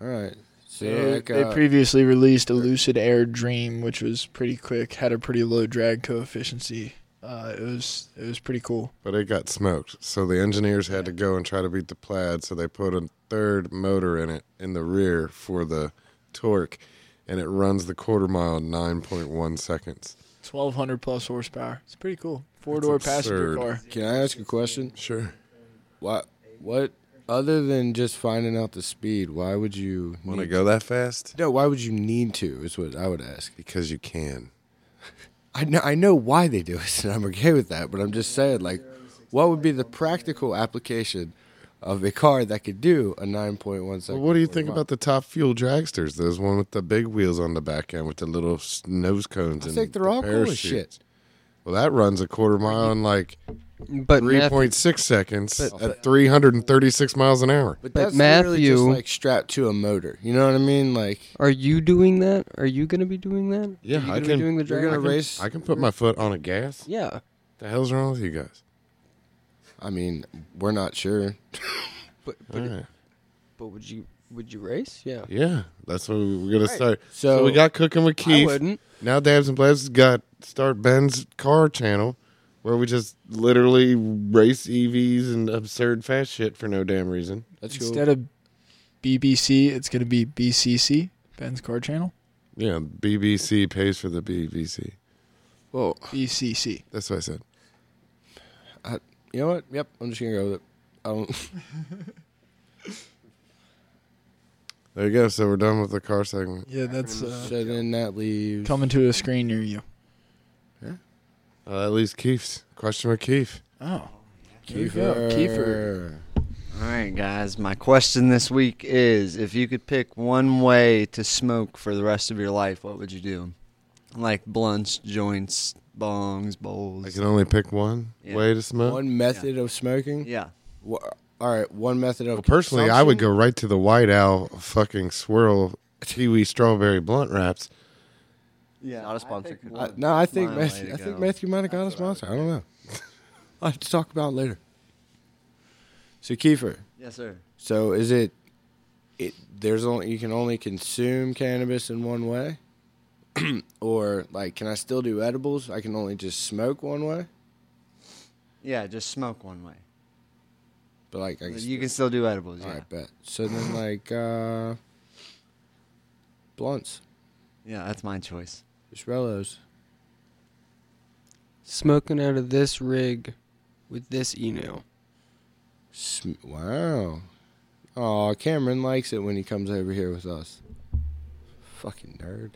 A: All right. So
B: They,
A: like,
B: they
A: uh,
B: previously released a Lucid Air Dream, which was pretty quick, had a pretty low drag coefficient. Uh, it was it was pretty cool.
G: But it got smoked. So the engineers had to go and try to beat the plaid. So they put a third motor in it in the rear for the torque. And it runs the quarter mile in 9.1 seconds.
B: Twelve hundred plus horsepower. It's pretty cool. Four door passenger
G: absurd.
B: car.
A: can I ask a question?
G: Sure.
A: What what other than just finding out the speed, why would you
G: Want to
A: need-
G: go that fast?
A: No, why would you need to is what I would ask.
G: Because you can.
A: [laughs] I know I know why they do it [laughs] and I'm okay with that, but I'm just saying like what would be the practical application of a car that could do a 9.1
G: Well,
A: second?
G: what do you think about the top fuel dragsters? Those one with the big wheels on the back end with the little s- nose cones.
A: I
G: and
A: think they're
G: the
A: all cool as
G: parachutes.
A: shit.
G: Well, that runs a quarter mile in like
F: But
G: three
F: Matthew,
G: point six seconds at three hundred and thirty six miles an hour.
A: But
F: But
A: that's literally just
F: Matthew-
A: like strapped to a motor. You know what I mean? Like
F: are you doing that? Are you gonna be doing that?
G: Yeah,
F: Are
G: I
F: you gonna
G: can-
F: Be doing the
A: you're gonna
F: drag?
A: race.
G: I can put my foot on a gas.
F: Yeah.
G: The hell's wrong with you guys?
A: I mean, we're not sure.
G: All
F: But but,
G: right.
F: but would you would you race? Yeah.
G: Yeah, that's what we're gonna start. So,
A: So-
G: we got cooking with Keith.
F: I wouldn't.
G: Now Dabs and Blabs has got start Ben's car channel, where we just literally race EVs and absurd fast shit for no damn reason.
A: Let's go.
B: Instead of BBC, it's gonna be BCC. Ben's car channel.
G: Yeah, BBC pays for the BBC.
A: Well,
B: BCC.
G: That's what I said.
A: I, you know what? Yep, I'm just gonna go with it. Oh, I don't.
G: There you go. So we're done with the car segment.
B: Yeah, that's uh,
A: so then that leaves.
B: coming to a screen near you.
G: Uh, at least Keith's question with Keith.
B: Oh,
A: Kiefer.
B: Kiefer.
J: All right, guys. My question this week is: If you could pick one way to smoke for the rest of your life, what would you do? like blunts, joints, bongs, bowls.
G: I can only pick one
J: Yeah.
G: way to smoke.
A: One method of smoking.
J: yeah.
A: Wha- all right, one method of.
G: Well, personally, I would go right to the White Owl fucking swirl kiwi strawberry blunt wraps.
J: Yeah.
E: Not a sponsor.
J: picked
A: I,
J: one.
A: no, I think
J: Mile way
A: Matthew,
J: to
A: I think
J: go.
A: Matthew might have got a sponsor. I, don't know. [laughs] I'll have to talk about it later. So Kiefer,
J: Yes, sir.
A: so is it? It there's only you can only consume cannabis in one way, [clears throat] or like can I still do edibles? I can only just smoke one way,
J: Yeah, just smoke one way.
A: but like I
J: You can still do edibles.
A: All
J: Yeah.
A: right, bet. So then like uh blunts,
J: Yeah, that's my choice.
A: just rellos.
F: Smoking out of this rig with this email.
A: Sm- wow. Oh, Cameron likes it when he comes over here with us. Fucking nerd.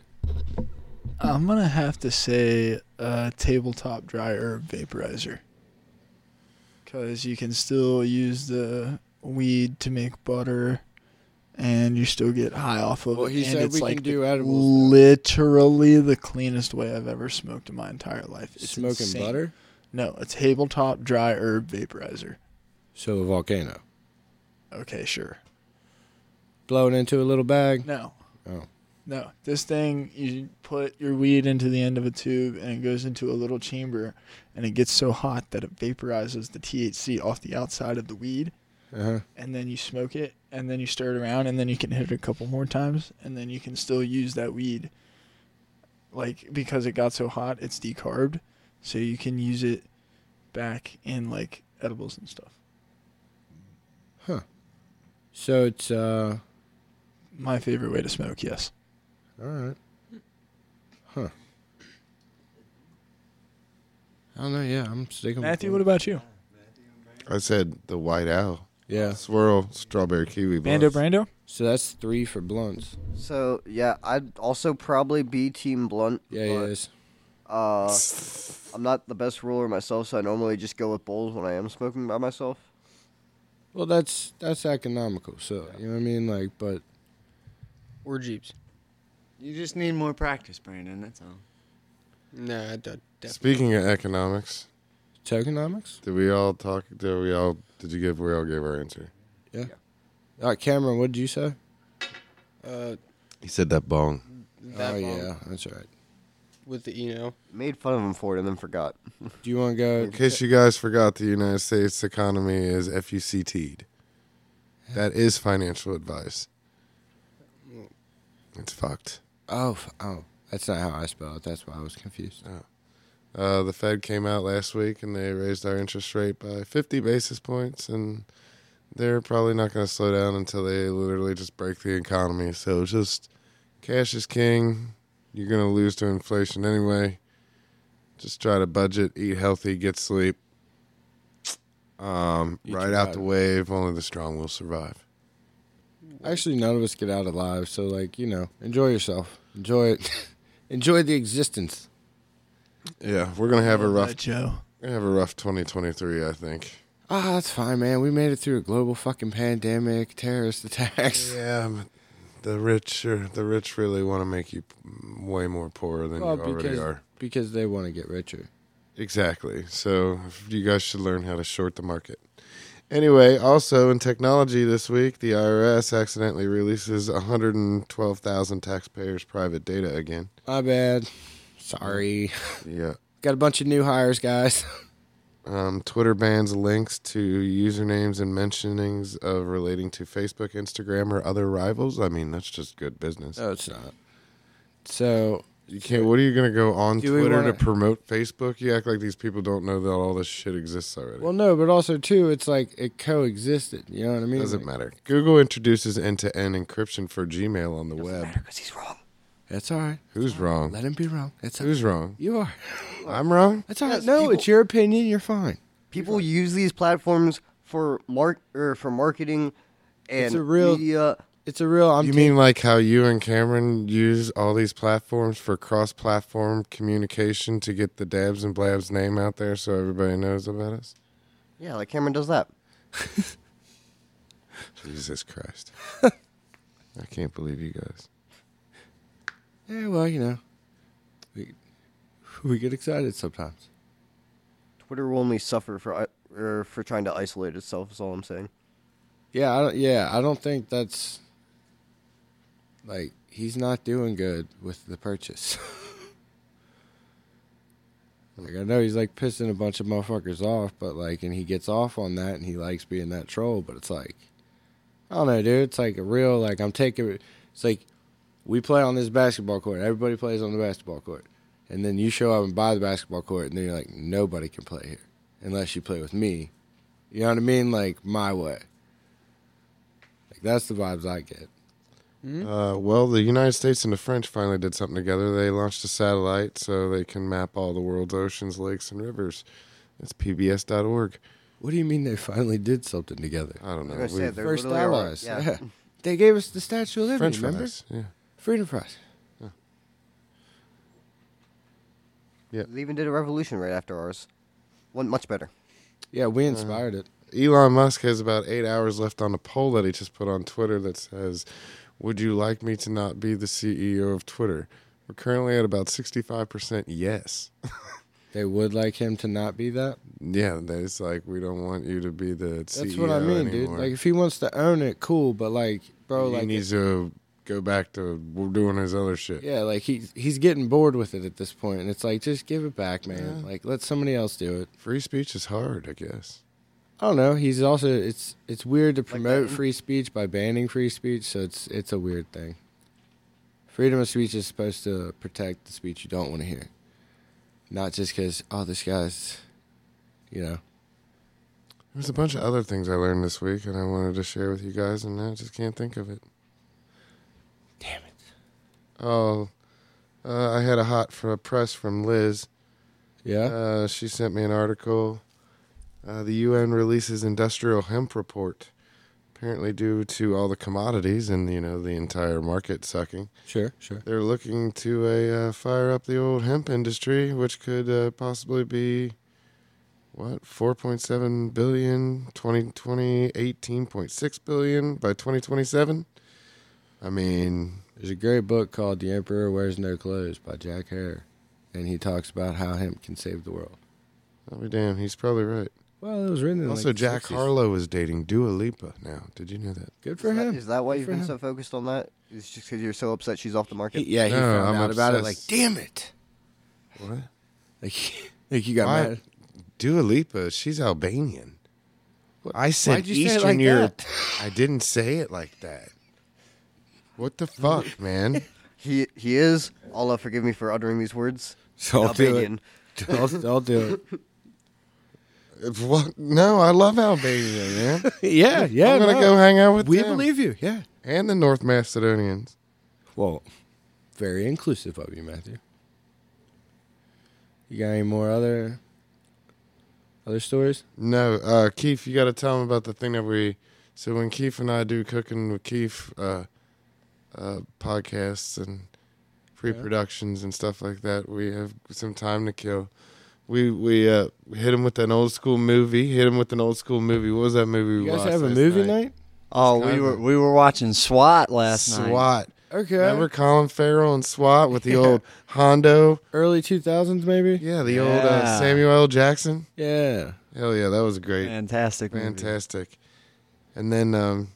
B: I'm gonna have to say a tabletop dryer vaporizer, because you can still use the weed to make butter, and you still get high off of
A: Well,
B: it.
A: he
B: and
A: said
B: it's
A: we
B: like
A: can do
B: the-
A: edibles now.
B: literally the cleanest way I've ever smoked in my entire life. It's
A: Smoking
B: insane.
A: butter?
B: No, a tabletop dry herb vaporizer.
A: So a volcano.
B: Okay, sure.
A: Blow it into a little bag.
B: No.
A: Oh.
B: No. This thing, you put your weed into the end of a tube and it goes into a little chamber and it gets so hot that it vaporizes the THC off the outside of the weed.
A: Uh-huh.
B: And then you smoke it and then you stir it around and then you can hit it a couple more times and then you can still use that weed. Like, because it got so hot, it's decarbed. So you can use it back in like edibles and stuff.
A: So it's uh
B: My favorite way to smoke, yes.
A: all right. Huh. I don't know, yeah, I'm
G: Oh,
A: sticking
B: Matthew, what
A: with
B: about you?
G: I said the White Owl
A: Yeah.
G: swirl strawberry kiwi
B: Mando
G: blunts.
B: Brando?
A: So that's 3 for blunts.
E: So yeah, I'd also probably be Team Blunt.
A: Yeah,
E: but,
A: yeah. it's-
E: Uh, I'm not the best ruler myself, so I normally just go with bowls when I am smoking by myself.
A: Well, that's that's economical. So, you know what I mean like but
F: Or Jeeps.
J: You just need more practice, Brandon. That's all.
F: Nah, I don't. Definitely.
G: Speaking of economics,
A: tokenomics?
G: did we all talk? Did we all? Did you give? We all gave our answer.
A: All right, Cameron, what did you say?
F: Uh,
G: He said that bong.
F: that
A: oh
F: bomb
A: yeah, that's right.
F: With the email.
E: Made fun of him for it and then [laughs] forgot.
A: Do you want to go?
G: In case you guys forgot, the United States economy is FUCT'd. That is financial advice. It's fucked.
A: Oh, f- oh, that's not how I spell it. That's why I was confused.
G: Uh, the Fed came out last week and they raised our interest rate by 50 basis points, and they're probably not going to slow down until they literally just break the economy. So just cash is king. You're going to lose to inflation anyway. Just try to budget, eat healthy, get sleep. Um,
A: Eat
G: ride
A: your
G: out the
A: vitamin.
G: wave. Only the strong will survive.
A: Actually, none of us get out alive. So, like, you know, enjoy yourself. Enjoy it. [laughs] enjoy the existence.
G: Yeah, we're gonna have a rough,
B: Joe.
G: we're gonna have a rough 2023, I think.
A: Ah, that's fine, man. We made it through a global fucking pandemic, terrorist attacks.
G: Yeah, but the rich, are, the rich really want to make you p- way more poorer than
A: Well,
G: you already
A: because-
G: are.
A: [laughs] Because they want to get richer.
G: Exactly. So you guys should learn how to short the market. Anyway, also in technology this week, the IRS accidentally releases 112,000 taxpayers' private data again.
A: My bad. Sorry.
G: Yeah.
A: Got a bunch of new hires, guys. [laughs]
G: Um, Twitter bans links to usernames and mentionings of relating to Facebook, Instagram, or other rivals. I mean, that's just good business.
A: no, it's not. So,
G: You can't. What are you gonna go on
A: Do we
G: Twitter
A: wanna-
G: to promote Facebook? You act like these people don't know that all this shit exists already.
A: well, no, but also too, it's like it coexisted. You know what I mean? Like,
G: Doesn't matter. Google introduces end-to-end encryption for Gmail on the web.
A: That's all right.
G: Who's wrong?
A: Let him be wrong. That's all
G: Who's wrong?
A: You are.
G: I'm wrong.
A: That's all right.
E: Yes,
A: no,
E: people-
A: it's your opinion. You're fine.
E: People use these platforms for mark or for marketing
A: It's
E: and
A: a real-
E: media.
A: It's a real. I'm
G: You mean like how you and Cameron use all these platforms for cross-platform communication to get the Dabs and Blabs name out there so everybody knows about us?
E: Yeah, like Cameron does that.
G: Jesus Christ! I can't believe you guys.
A: Yeah, well, you know. We, we get excited sometimes.
E: Twitter will only suffer for i- er, for trying to isolate itself. Is all I'm saying.
A: Yeah, I don't, yeah, I don't think that's like he's not doing good with the purchase. [laughs] like I know he's like pissing a bunch of motherfuckers off, but like, and he gets off on that, and he likes being that troll. But it's like, I don't know, dude. It's like a real like I'm taking. It's like we play on this basketball court. Everybody plays on the basketball court, and then you show up and buy the basketball court, and then you're like, nobody can play here unless you play with me. You know what I mean? Like my way. Like that's the vibes I get. Mm-hmm.
G: Uh, well, the United States and the French finally did something together. They launched a satellite so they can map all the world's oceans, lakes, and rivers. It's pbs.org.
A: What do you mean they finally did something together?
G: I don't know.
E: I was gonna say,
G: We-
E: they're
A: First
E: literally already-
A: allies.
E: yeah.
A: Yeah. They gave us the Statue of Liberty,
G: French
A: remember?
G: fries. Yeah.
A: Freedom fries.
E: They even did a revolution right after ours. One much better.
A: Yeah, we
E: Uh-huh.
A: inspired it.
G: Elon Musk has about eight hours left on a poll that he just put on Twitter that says, Would you like me to not be the CEO of Twitter? We're currently at about 65% yes. [laughs]
A: They would like him to not be that.
G: Yeah, it's like, we don't want you to be the CEO.
A: That's what I mean, dude.
G: E anymore.
A: Like if he wants to own it, cool. But like, bro,
G: he
A: like,
G: needs to go back to doing his other shit.
A: yeah, like he's he's getting bored with it at this point, and it's like, just give it back, man. Like let somebody else do it.
G: Free speech is hard, I guess.
A: I don't know. He's also it's it's weird to promote free speech by banning free speech, so it's it's a weird thing. Freedom of speech is supposed to protect the speech you don't want to hear, not just because oh this guy's, you know.
G: There's a bunch of other things I learned this week, and I wanted to share with you guys, and I just can't think of it.
A: Damn it!
G: Oh, uh, I had a hot for a press from Liz.
A: Yeah.
G: Uh, she sent me an article. Uh, the UN releases industrial hemp report, apparently due to all the commodities and you know the entire market sucking.
A: sure. Sure.
G: They're looking to a, uh, fire up the old hemp industry, which could uh, possibly be what 4.7 billion 2020 18.6 billion by 2027 i mean
A: There's a great book called The Emperor Wears No Clothes by Jack Hare, and he talks about how hemp can save the world.
G: i'll be damn he's probably right
A: Well, it was written in
G: also
A: like, the
G: jack
A: 60s.
G: harlow is dating dua lipa now did you know that
A: Good for
E: Is that-
A: him.
E: Is that why you've
A: for
E: been
A: him.
E: so focused on that? It's just because you're so upset she's off the market.
A: He- yeah, he
G: No,
A: found
G: I'm
A: out about it. Like, [laughs]
G: obsessed.
A: damn it!
G: what
A: Like, like you got
G: Why-
A: mad. [laughs]
G: dua lipa she's albanian i said
A: Why'd you say it
G: eastern
A: like
G: europe
A: that?
G: i didn't say it like that what the fuck man
E: He he is. Allah forgive me for uttering these words.
A: So I'll do it.
E: Albanian.
A: I'll, I'll do it.
G: If what? No, I love Albania, man.
A: [laughs] yeah, [laughs] yeah.
G: I'm gonna
A: no.
G: go hang out with
A: We
G: them.
A: believe you. Yeah.
G: and the North Macedonians.
A: Well, very inclusive of you, Matthew. You got any more other other stories?
G: No, uh, Keith, you got to tell them about the thing that we. So when Keith and I do cooking with Keith uh, uh, podcasts and pre-productions and stuff like that, we have some time to kill. We we uh, hit him with an old school movie. Hit him with an old school movie. What was that movie? we
A: You guys
G: watched
A: have a
G: last
A: movie
G: night?
A: night?
J: Oh,
G: It's
J: we
G: kinda-
J: were we were watching SWAT last night.
G: SWAT.
A: Okay.
G: Remember Colin Farrell and SWAT with the old Hondo?
A: Early two thousands, maybe.
G: Yeah, the old uh,
J: Yeah.
G: Samuel L. Jackson.
A: Yeah.
G: Hell yeah, that was great.
J: Fantastic. movie.
G: Fantastic. And then, um,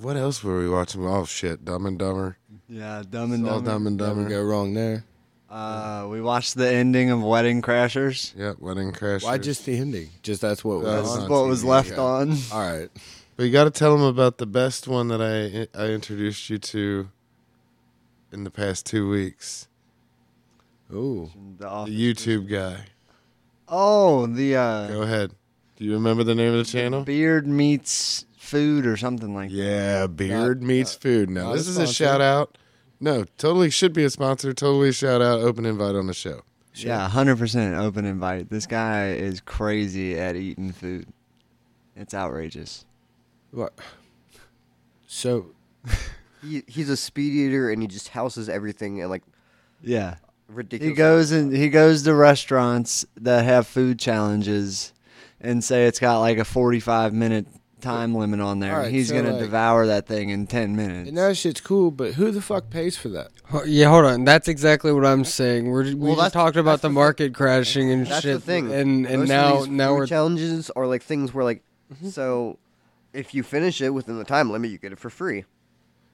G: what else were we watching? Oh shit, Dumb and Dumber.
J: Yeah, Dumb
G: It's
J: and
G: all
J: Dumber.
G: Dumb and
A: Never
G: Dumber.
A: go wrong there.
J: Uh, we watched the ending of Wedding Crashers.
G: Yep, Wedding Crash.
A: Why just the ending? Just that's what was
G: That was
J: This
A: on.
J: is
G: on
J: what was
G: TV,
J: left
G: yeah.
J: on.
A: All right.
G: But you got to tell them about the best one that I I introduced you to in the past two weeks.
A: Ooh.
G: The YouTube guy.
J: Oh, the uh,
G: Go ahead. Do you remember the name of the channel?
J: beard meets food or something like that.
G: Yeah, beard meets food. Now
A: not
G: this
A: a
G: is a
A: sponsor.
G: shout out. No, totally should be a sponsor. Totally shout out. Open invite on the show.
J: Yeah, hundred percent open invite. This guy is crazy at eating food. It's outrageous.
A: What? So
E: He he's a speed eater and he just houses everything and like
J: Yeah.
E: ridiculous.
J: He goes and he goes to restaurants that have food challenges and say it's got like a 45 minute time limit on there.
A: Alright,
J: He's
A: so,
J: gonna
A: like-
J: devour that thing in ten minutes.
A: And that shit's cool, but who the fuck pays for that?
F: Ho- Yeah, hold on. That's exactly what I'm saying. We're, we
E: Well,
F: just
E: that's-
F: talked about
E: that's
F: the
E: the thing.
F: market crashing and
E: That's
F: shit.
E: the thing.
F: And and
E: Most of
F: now
E: these
F: now
E: food
F: we're
E: challenges are like things where like so if you finish it within the time limit, you get it for free.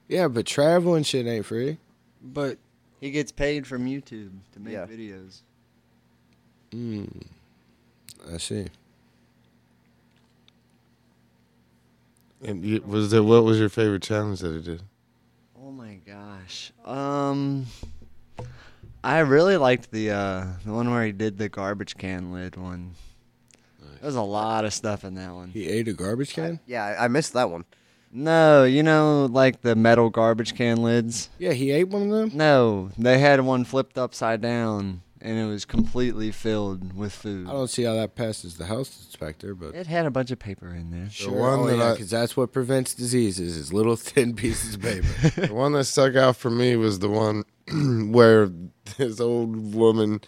A: Yeah, but travel and shit ain't free.
F: but
J: He gets paid from YouTube to make
E: Yeah.
J: videos.
A: I see.
G: And you, was there what was your favorite challenge that he did?
J: Oh my gosh. Um, I really liked the uh, the one where he did the garbage can lid one. There's a lot of stuff in that one.
A: He ate a garbage can?
E: Yeah, I, I missed that one.
J: No, you know, like the metal garbage can lids.
A: Yeah, he ate one of them?
J: No, they had one flipped upside down, and it was completely filled with food.
A: I don't see how that passes the health inspector, but.
J: It had a bunch of paper in there.
A: Sure.
G: one
A: oh,
G: that
A: yeah,
G: I-
A: 'cause that's what prevents diseases is little [laughs] thin pieces of paper. [laughs]
G: the one that stuck out for me was the one [clears throat] where this old woman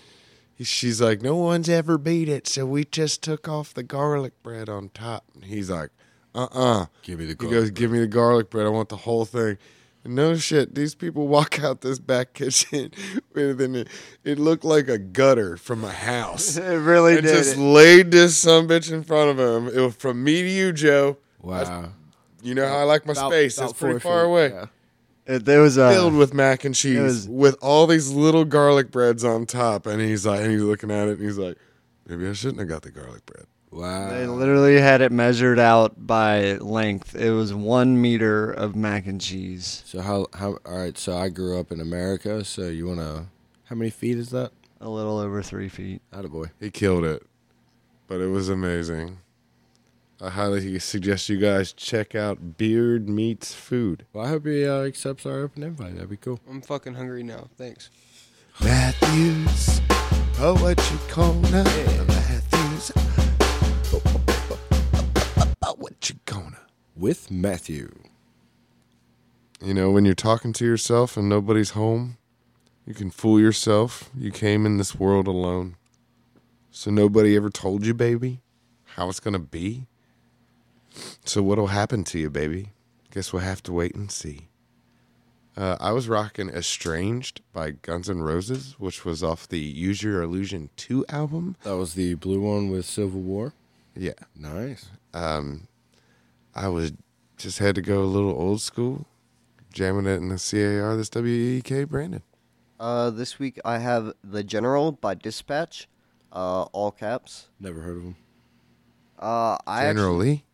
G: she's like no one's ever beat it so we just took off the garlic bread on top and he's like uh-uh
A: Give me the
G: he
A: garlic
G: goes give me the garlic bread i want the whole thing And no shit these people walk out this back kitchen [laughs] with an it looked like a gutter from
A: [laughs]
G: a house
J: It really
G: it just laid this son bitch in front of him it was from me to you joe
A: Wow.
G: you know how i like my space it's pretty far away
J: It, there was a.
G: filled with mac and cheese
J: was-
G: with all these little garlic breads on top. And he's like, and he's looking at it and he's like, maybe I shouldn't have got the garlic bread.
J: They
A: Wow.
J: literally had it measured out by length. It was one meter of mac and cheese,
A: So how how all right? So I grew up in America. So you wanna how many feet is that?
J: a little over three feet.
A: Attaboy.
G: He killed it, but it was amazing. I highly suggest you guys check out Beard Meats Food.
A: Well, I hope he uh, accepts our open invite. That'd be cool.
F: I'm fucking hungry now. Thanks.
G: Matthews Poetry Corner. Matthews Poetry Corner.
A: With Matthew.
G: You know, when you're talking to yourself and nobody's home, you can fool yourself. You came in this world alone. So nobody ever told you, baby, how it's going to be. So what'll happen to you, baby? Guess we'll have to wait and see. Uh, I was rocking Estranged by Guns N' Roses, which was off the Use Your Illusion 2 album.
A: That was the blue one with Civil War.
G: Yeah. um,
A: Nice.
G: I was just had to go a little old school, jamming it in the CAR, this WEEK, Brandon.
E: Uh, this week I have The General by Dispatch, uh, all caps.
A: Never heard of him.
E: Uh, I actually,
G: Generally.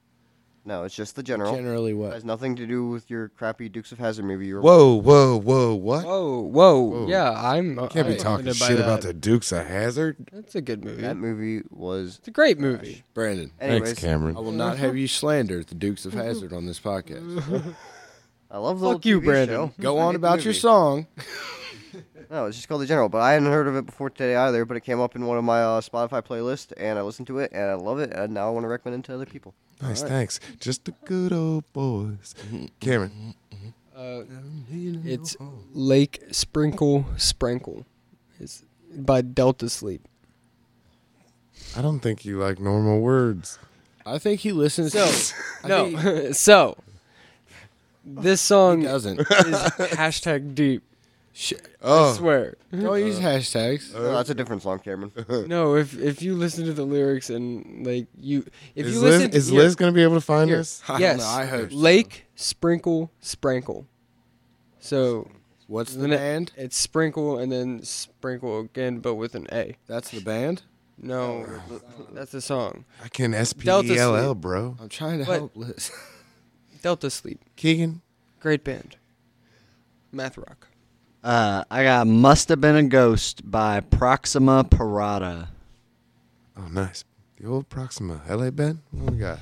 E: no, it's just The General.
A: Generally,
E: It
A: what?
E: has nothing to do with your crappy Dukes of Hazard movie. You were
G: Whoa, whoa, whoa, what?
F: Whoa, whoa, yeah, I'm. uh,
G: Can't be
F: I'm
G: talking
F: offended by
G: shit about the
F: that.
G: Dukes of Hazard.
F: That's a good movie.
E: That
F: It's
E: movie was.
F: a great movie.
A: Brandon.
E: Anyways,
F: Oh,
A: I will not have you slander the Dukes of Hazard on this podcast.
E: I love the
F: Fuck
E: old
F: you,
E: TV
F: Brandon.
E: show.
A: Go
E: I
A: on
E: hate the
A: about your
E: movie.
A: song.
E: No, it's just called The General, but I hadn't heard of it before today either. But it came up in one of my uh, Spotify playlists, and I listened to it, and I love it, and now I want to recommend it to other people.
G: Nice, thanks. Just the good old boys. Cameron,
F: Uh, it's Lake Sprinkle Sprinkle. It's by Delta Sleep.
G: I don't think you like normal words.
A: I think he listens.
F: [laughs] So,
A: I think he
F: no, [laughs] so this song
B: [laughs]
F: is
A: doesn't.
F: [laughs] hashtag deep.
A: Sh-
F: I
G: Oh,
F: swear.
A: Don't use hashtags.
E: No, Oh, that's a different song, Cameron.
F: No, if if you listen to the lyrics and like you, if
G: is
F: you
G: Liz,
F: listen,
G: is
F: here-
G: Liz going to be able to find
F: here.
G: us?
A: [laughs] I don't
F: yes,
A: know, I hope
B: [laughs]
A: so.
F: Lake Sprinkle Sprinkle. So
A: What's the
F: then it-
A: band?
F: it's sprinkle and then sprinkle again, but with an A.
A: That's the band.
F: No, that's a song.
G: I can S P E L L,
F: Sleep.
G: bro.
A: I'm trying to
F: But-
A: help Liz.
F: Delta Sleep,
G: Keegan,
F: great band. Math rock.
J: [laughs] Uh, I got Must Have Been a Ghost by Proxima Parada.
G: oh nice. The old Proxima, L.A. Ben. What we got?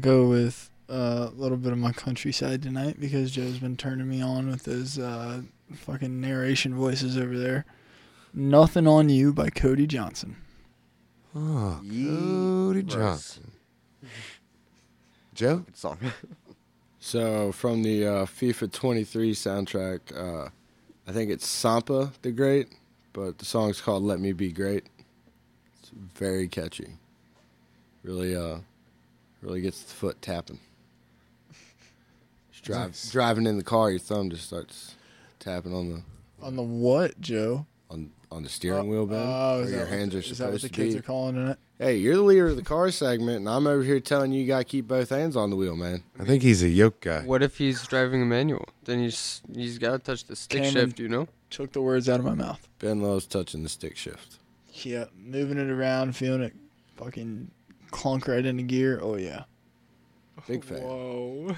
B: Go with uh, a little bit of my countryside tonight because Joe's been turning me on with his uh, fucking narration voices over there. Nothing on You by Cody Johnson.
G: Oh,
E: Yee-
G: Cody
E: Russ.
G: Johnson. Joe,
E: Good song.
A: [laughs] So from the uh, FIFA 23 soundtrack, uh, I think it's Sampa the Great, but the song's called "Let Me Be Great." It's very catchy. Really, uh, Really gets the foot tapping. Just drive, Driving in the car, your thumb just starts tapping on the
B: On the what, Joe?
A: on on the steering wheel, Ben.
B: Oh,
A: where
B: is
A: your
B: that what-
A: hands are
B: Is that what
A: supposed
B: the
A: to
B: kids
A: be.
B: are calling it?
A: hey, you're the leader of the car segment, and I'm over here telling you you got to keep both hands on the wheel, man.
G: I think he's a yoke guy.
F: What if he's driving a manual? Then he's he's got to touch the stick
B: Cameron-
F: shift, you know.
B: Took the words out of my mouth.
A: Ben loves touching the stick shift.
B: Yeah, moving it around, feeling it fucking clunk right into gear. Oh yeah.
A: Big fan.
B: Whoa.